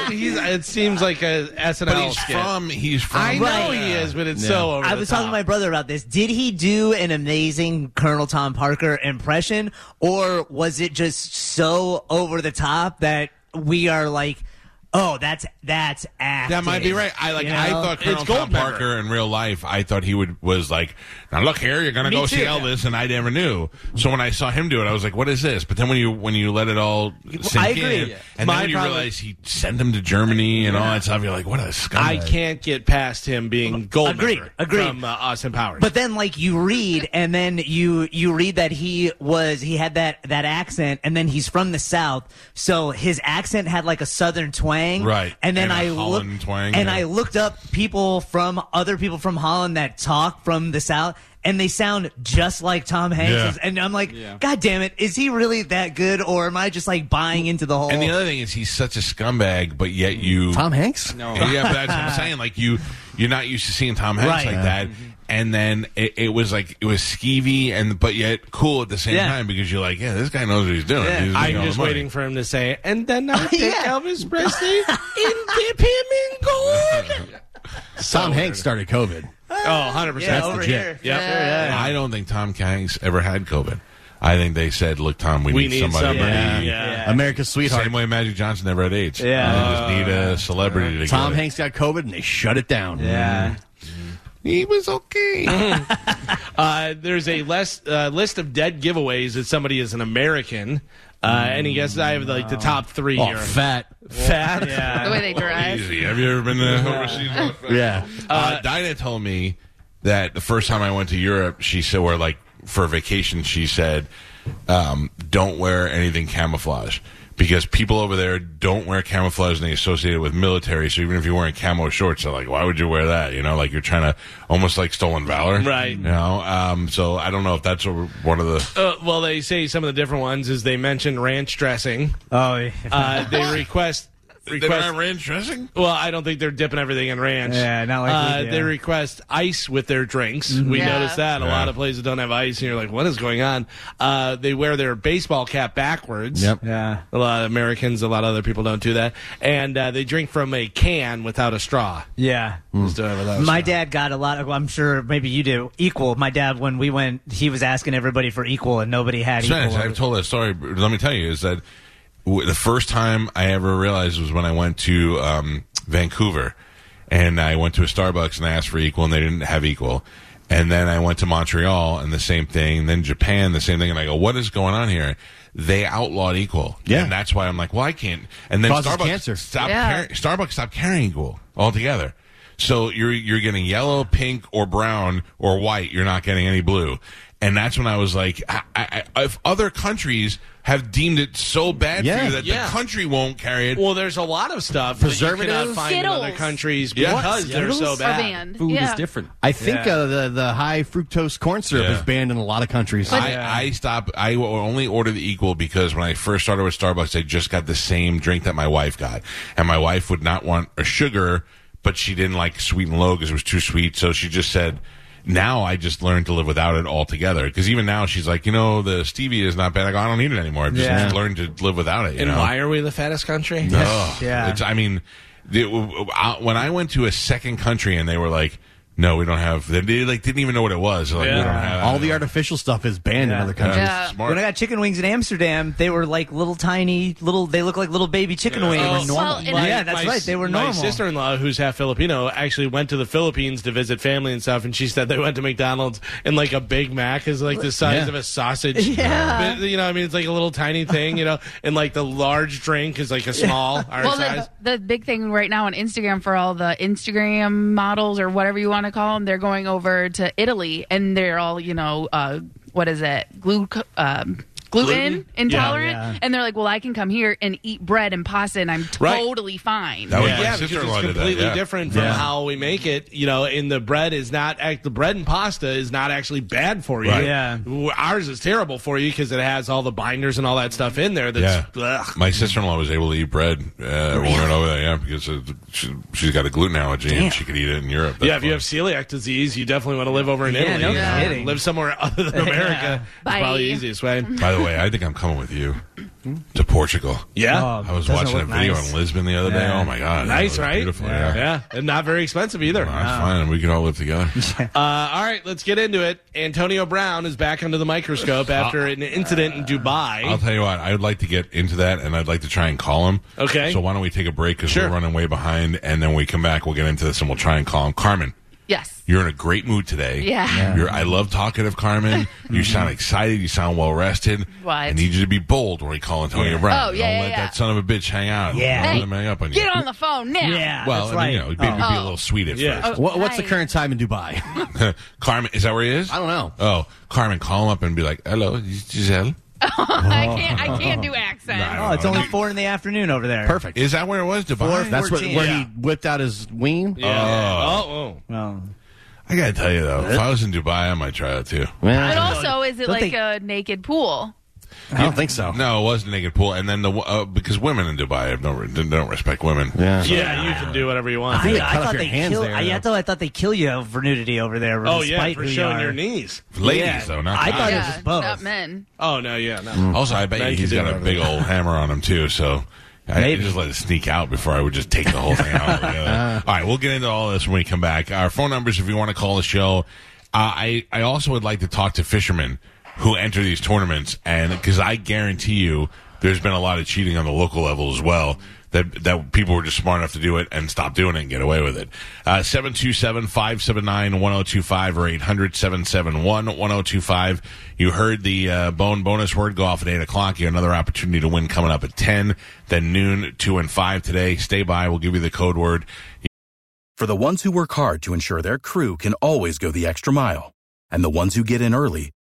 He's, it seems like a SNL But he's skit. from he's from. I know Right. he is, but it's so over I the was top. talking to my brother about this. Did he do an amazing Colonel Tom Parker impression, or was it just so over the top that we are like, oh, that's that's acting. That might be right. I like. You I know? thought Colonel It's Tom Goldberg. Parker in real life. I thought he would was like. Now look here, you're gonna Me go too, see yeah. Elvis, and I never knew. So when I saw him do it, I was like, "What is this?" But then when you when you let it all sink I agree. in, Yeah. and My then when you problem- realize he sent him to Germany and all that stuff, you're like, "What a scumbag!" I can't get past him being gold Agreed, agreed. from uh, Austin Powers. But then, like you read, and then you you read that he was he had that that accent, and then he's from the South, so his accent had like a Southern twang, Right. And And then a I Holland looked, twang, and yeah. I looked up people from other people from Holland that talk from the South. And they sound just like Tom Hanks, Yeah. and I'm like, God damn it! Is he really that good, or am I just like buying into the whole? And the other thing is, he's such a scumbag, but yet you Tom Hanks? No. yeah, but that's what I'm saying. Like you, you're not used to seeing Tom Hanks Right. like that. And then it, it was like it was skeevy and but yet cool at the same Yeah. time because you're like, yeah, this guy knows what he's doing. He's making all I'm the just money. waiting for him to say, and then I take Yeah. Elvis Presley and dip him in gold. Tom Hanks started COVID. Oh, 100%. yeah, over here, Yep. And I don't think Tom Hanks ever had COVID. I think they said, look, Tom, we, We need somebody. somebody. Yeah. America's Same sweetheart. way Magic Johnson never had AIDS. Yeah. They just need a celebrity to Tom get it. Hanks got COVID and they shut it down. yeah. He was okay. Uh, there's a less, uh, list of dead giveaways that somebody is an American. Uh, Any guesses? I have like the Mm. top three Oh, here. fat. Fat. The way they drive. Easy. Have you ever been to overseas? Yeah. Uh, Dinah told me that the first time I went to Europe, she said, or like for vacation, she said, um, don't wear anything camouflage because people over there don't wear camouflage and they associate it with military. So even if you're wearing camo shorts, they're like, why would you wear that? You know, like you're trying to almost like stolen valor. Right. You know, um, so I don't know if that's a, one of the. Uh, well, they say some of the different ones is they mention ranch dressing. Oh, yeah. Uh, they request. They request wear ranch dressing? Well, I don't think they're dipping everything in ranch. Yeah, not like we uh, do. Mm-hmm. they request ice with their drinks. We Yeah. noticed that a Yeah. lot of places don't have ice, and you're like, "What is going on?" Uh, they wear their baseball cap backwards. Yep. yeah. A lot of Americans, a lot of other people don't do that, and uh, they drink from a can without a straw. Yeah. Just don't have without a My straw. dad got a lot of, I'm sure maybe you do, equal. My dad, when we went, he was asking everybody for equal and nobody had equal. Spanish. I've told that story. but Let me tell you, is that w- the first time I ever realized was when I went to um, Vancouver, and I went to a Starbucks and I asked for equal, and they didn't have equal. And then I went to Montreal and the same thing. And then Japan, the same thing. And I go, what is going on here? They outlawed equal. Yeah. And that's why I'm like, well, I can't. And then Causes Starbucks cancer. stopped Yeah. carry- Starbucks stopped carrying equal altogether. So you're you're getting yellow, pink, or brown or white. You're not getting any blue. And that's when I was like, I, I, I- if other countries have deemed it so bad for Yeah. you that Yeah. the country won't carry it, Well, there's a lot of stuff that you cannot Preservatives? find in other Skittles. countries Yeah. because they're so Are bad. banned. Food yeah. is different. I think uh, the, the high fructose corn syrup Yeah. is banned in a lot of countries. I, I stop. I will only order the equal because when I first started with Starbucks, I just got the same drink that my wife got, and my wife would not want a sugar, but she didn't like sweet and low because it was too sweet. So she just said. Now I just learned to live without it altogether because even now she's like, you know, the stevia is not bad. I go, I don't need it anymore. I've just Yeah. learned to live without it. You And know? why are we the fattest country? Ugh. Yeah. It's, I mean, the, uh, when I went to a second country and they were like, "No, we don't have." They, they, like didn't even know what it was. They're like, we Yeah. don't have All the artificial stuff is banned in other countries. Yeah. Smart. When I got chicken wings in Amsterdam, they were like little tiny, little, they look like little baby chicken wings. Oh, normal. well, and- yeah, that's my- right. They were my normal. sister-in-law, who's half Filipino, actually went to the Philippines to visit family and stuff, and she said they went to McDonald's and like a Big Mac is like the size Yeah. of a sausage. Yeah. But, you know, I mean, it's like a little tiny thing, you know, and like the large drink is like a small our Well, size. the, the big thing right now on Instagram for all the Instagram models or whatever you want to call them, they're going over to Italy and they're all, you know, uh, what is it? Gluc- um, gluten, Gluten? intolerant, Yeah. Yeah. and they're like, "Well, I can come here and eat bread and pasta, and I'm Right. totally fine." That was yeah, Oh, my because it's sister-in-law did that, completely yeah. different from how we make it. You know, and the bread is not act, the bread and pasta is not actually bad for you. Right. Yeah. W- ours is terrible for you because it has all the binders and all that stuff in there. That's ugh. My sister in law was able to eat bread uh, when we went over there, yeah, because uh, she, she's got a gluten allergy and she could eat it in Europe. That's yeah. If you why. have celiac disease, you definitely want to live over in Italy. no you know? kidding. Live somewhere other than America. It's Bye. probably the easiest way. By the way, I think I'm coming with you to Portugal. Hmm? Yeah. Oh, I was doesn't watching a look video nice. in Lisbon the other day. Yeah. Oh my god, that nice, was right? Beautiful, yeah. yeah. and not very expensive either. No, it's fine, and we can all live together. Uh, all right, let's get into it. Antonio Brown is back under the microscope after an Uh, incident in Dubai. I'll tell you what, I would like to get into that, and I'd like to try and call him. Okay. So why don't we take a break because Sure. we're running way behind, and then we come back, we'll get into this, and we'll try and call him. Carmen, Yes. you're in a great mood today. Yeah. Yeah. You're, I love talkative Carmen. you sound excited. You sound well rested. What? I need you to be bold when we call Antonio Brown. Oh, yeah, Don't yeah, let yeah. that son of a bitch hang out. Yeah. Don't let Hey, him hang up on you. Get on the phone now. Yeah. well, that's I right. mean, you know, it'd be, it'd be a Oh. little sweet at Yeah. first. Oh, What, what's the right. current time in Dubai? Carmen, is that where he is? I don't know. Oh, Carmen, call him up and be like, "Hello, is Giselle." I can't. I can't do accents. I don't Oh, it's know. only four in the afternoon over there. Perfect. Is that where it was? Divine. That's what, 14. where Yeah. he whipped out his ween. Uh, Yeah. Oh, oh. Well, I gotta tell you though, if I was in Dubai, I might try that too. But Well, also, is it Don't like they- a naked pool? I don't think so. No, it was a naked pool, and then the uh, because women in Dubai have no, they don't respect women. Yeah. Yeah, you can do whatever you want. I, cut I off thought your they hands kill. there, I, I though. thought I thought they kill you for nudity over there. Oh yeah, despite for who you showing are. your knees. ladies Yeah. though, not I guys. thought it was Yeah, both. not men. Oh no, yeah, no. Also, I bet Now you you he's can do got a whatever big you want. old hammer on him too. So I- I Maybe. just let it sneak out before I would just take the whole thing out. altogether. all right, we'll get into all this when we come back. Our phone numbers, if you want to call the show. Uh, I I also would like to talk to fishermen who enter these tournaments, and because I guarantee you, there's been a lot of cheating on the local level as well. That, that people were just smart enough to do it and stop doing it and get away with it. Uh, 727 579 1025 or 800 771 1025. You heard the uh, bone bonus word go off at 8 o'clock. You have another opportunity to win coming up at 10, then noon, 2 and 5 today. Stay by. We'll give you the code word. For the ones who work hard to ensure their crew can always go the extra mile, and the ones who get in early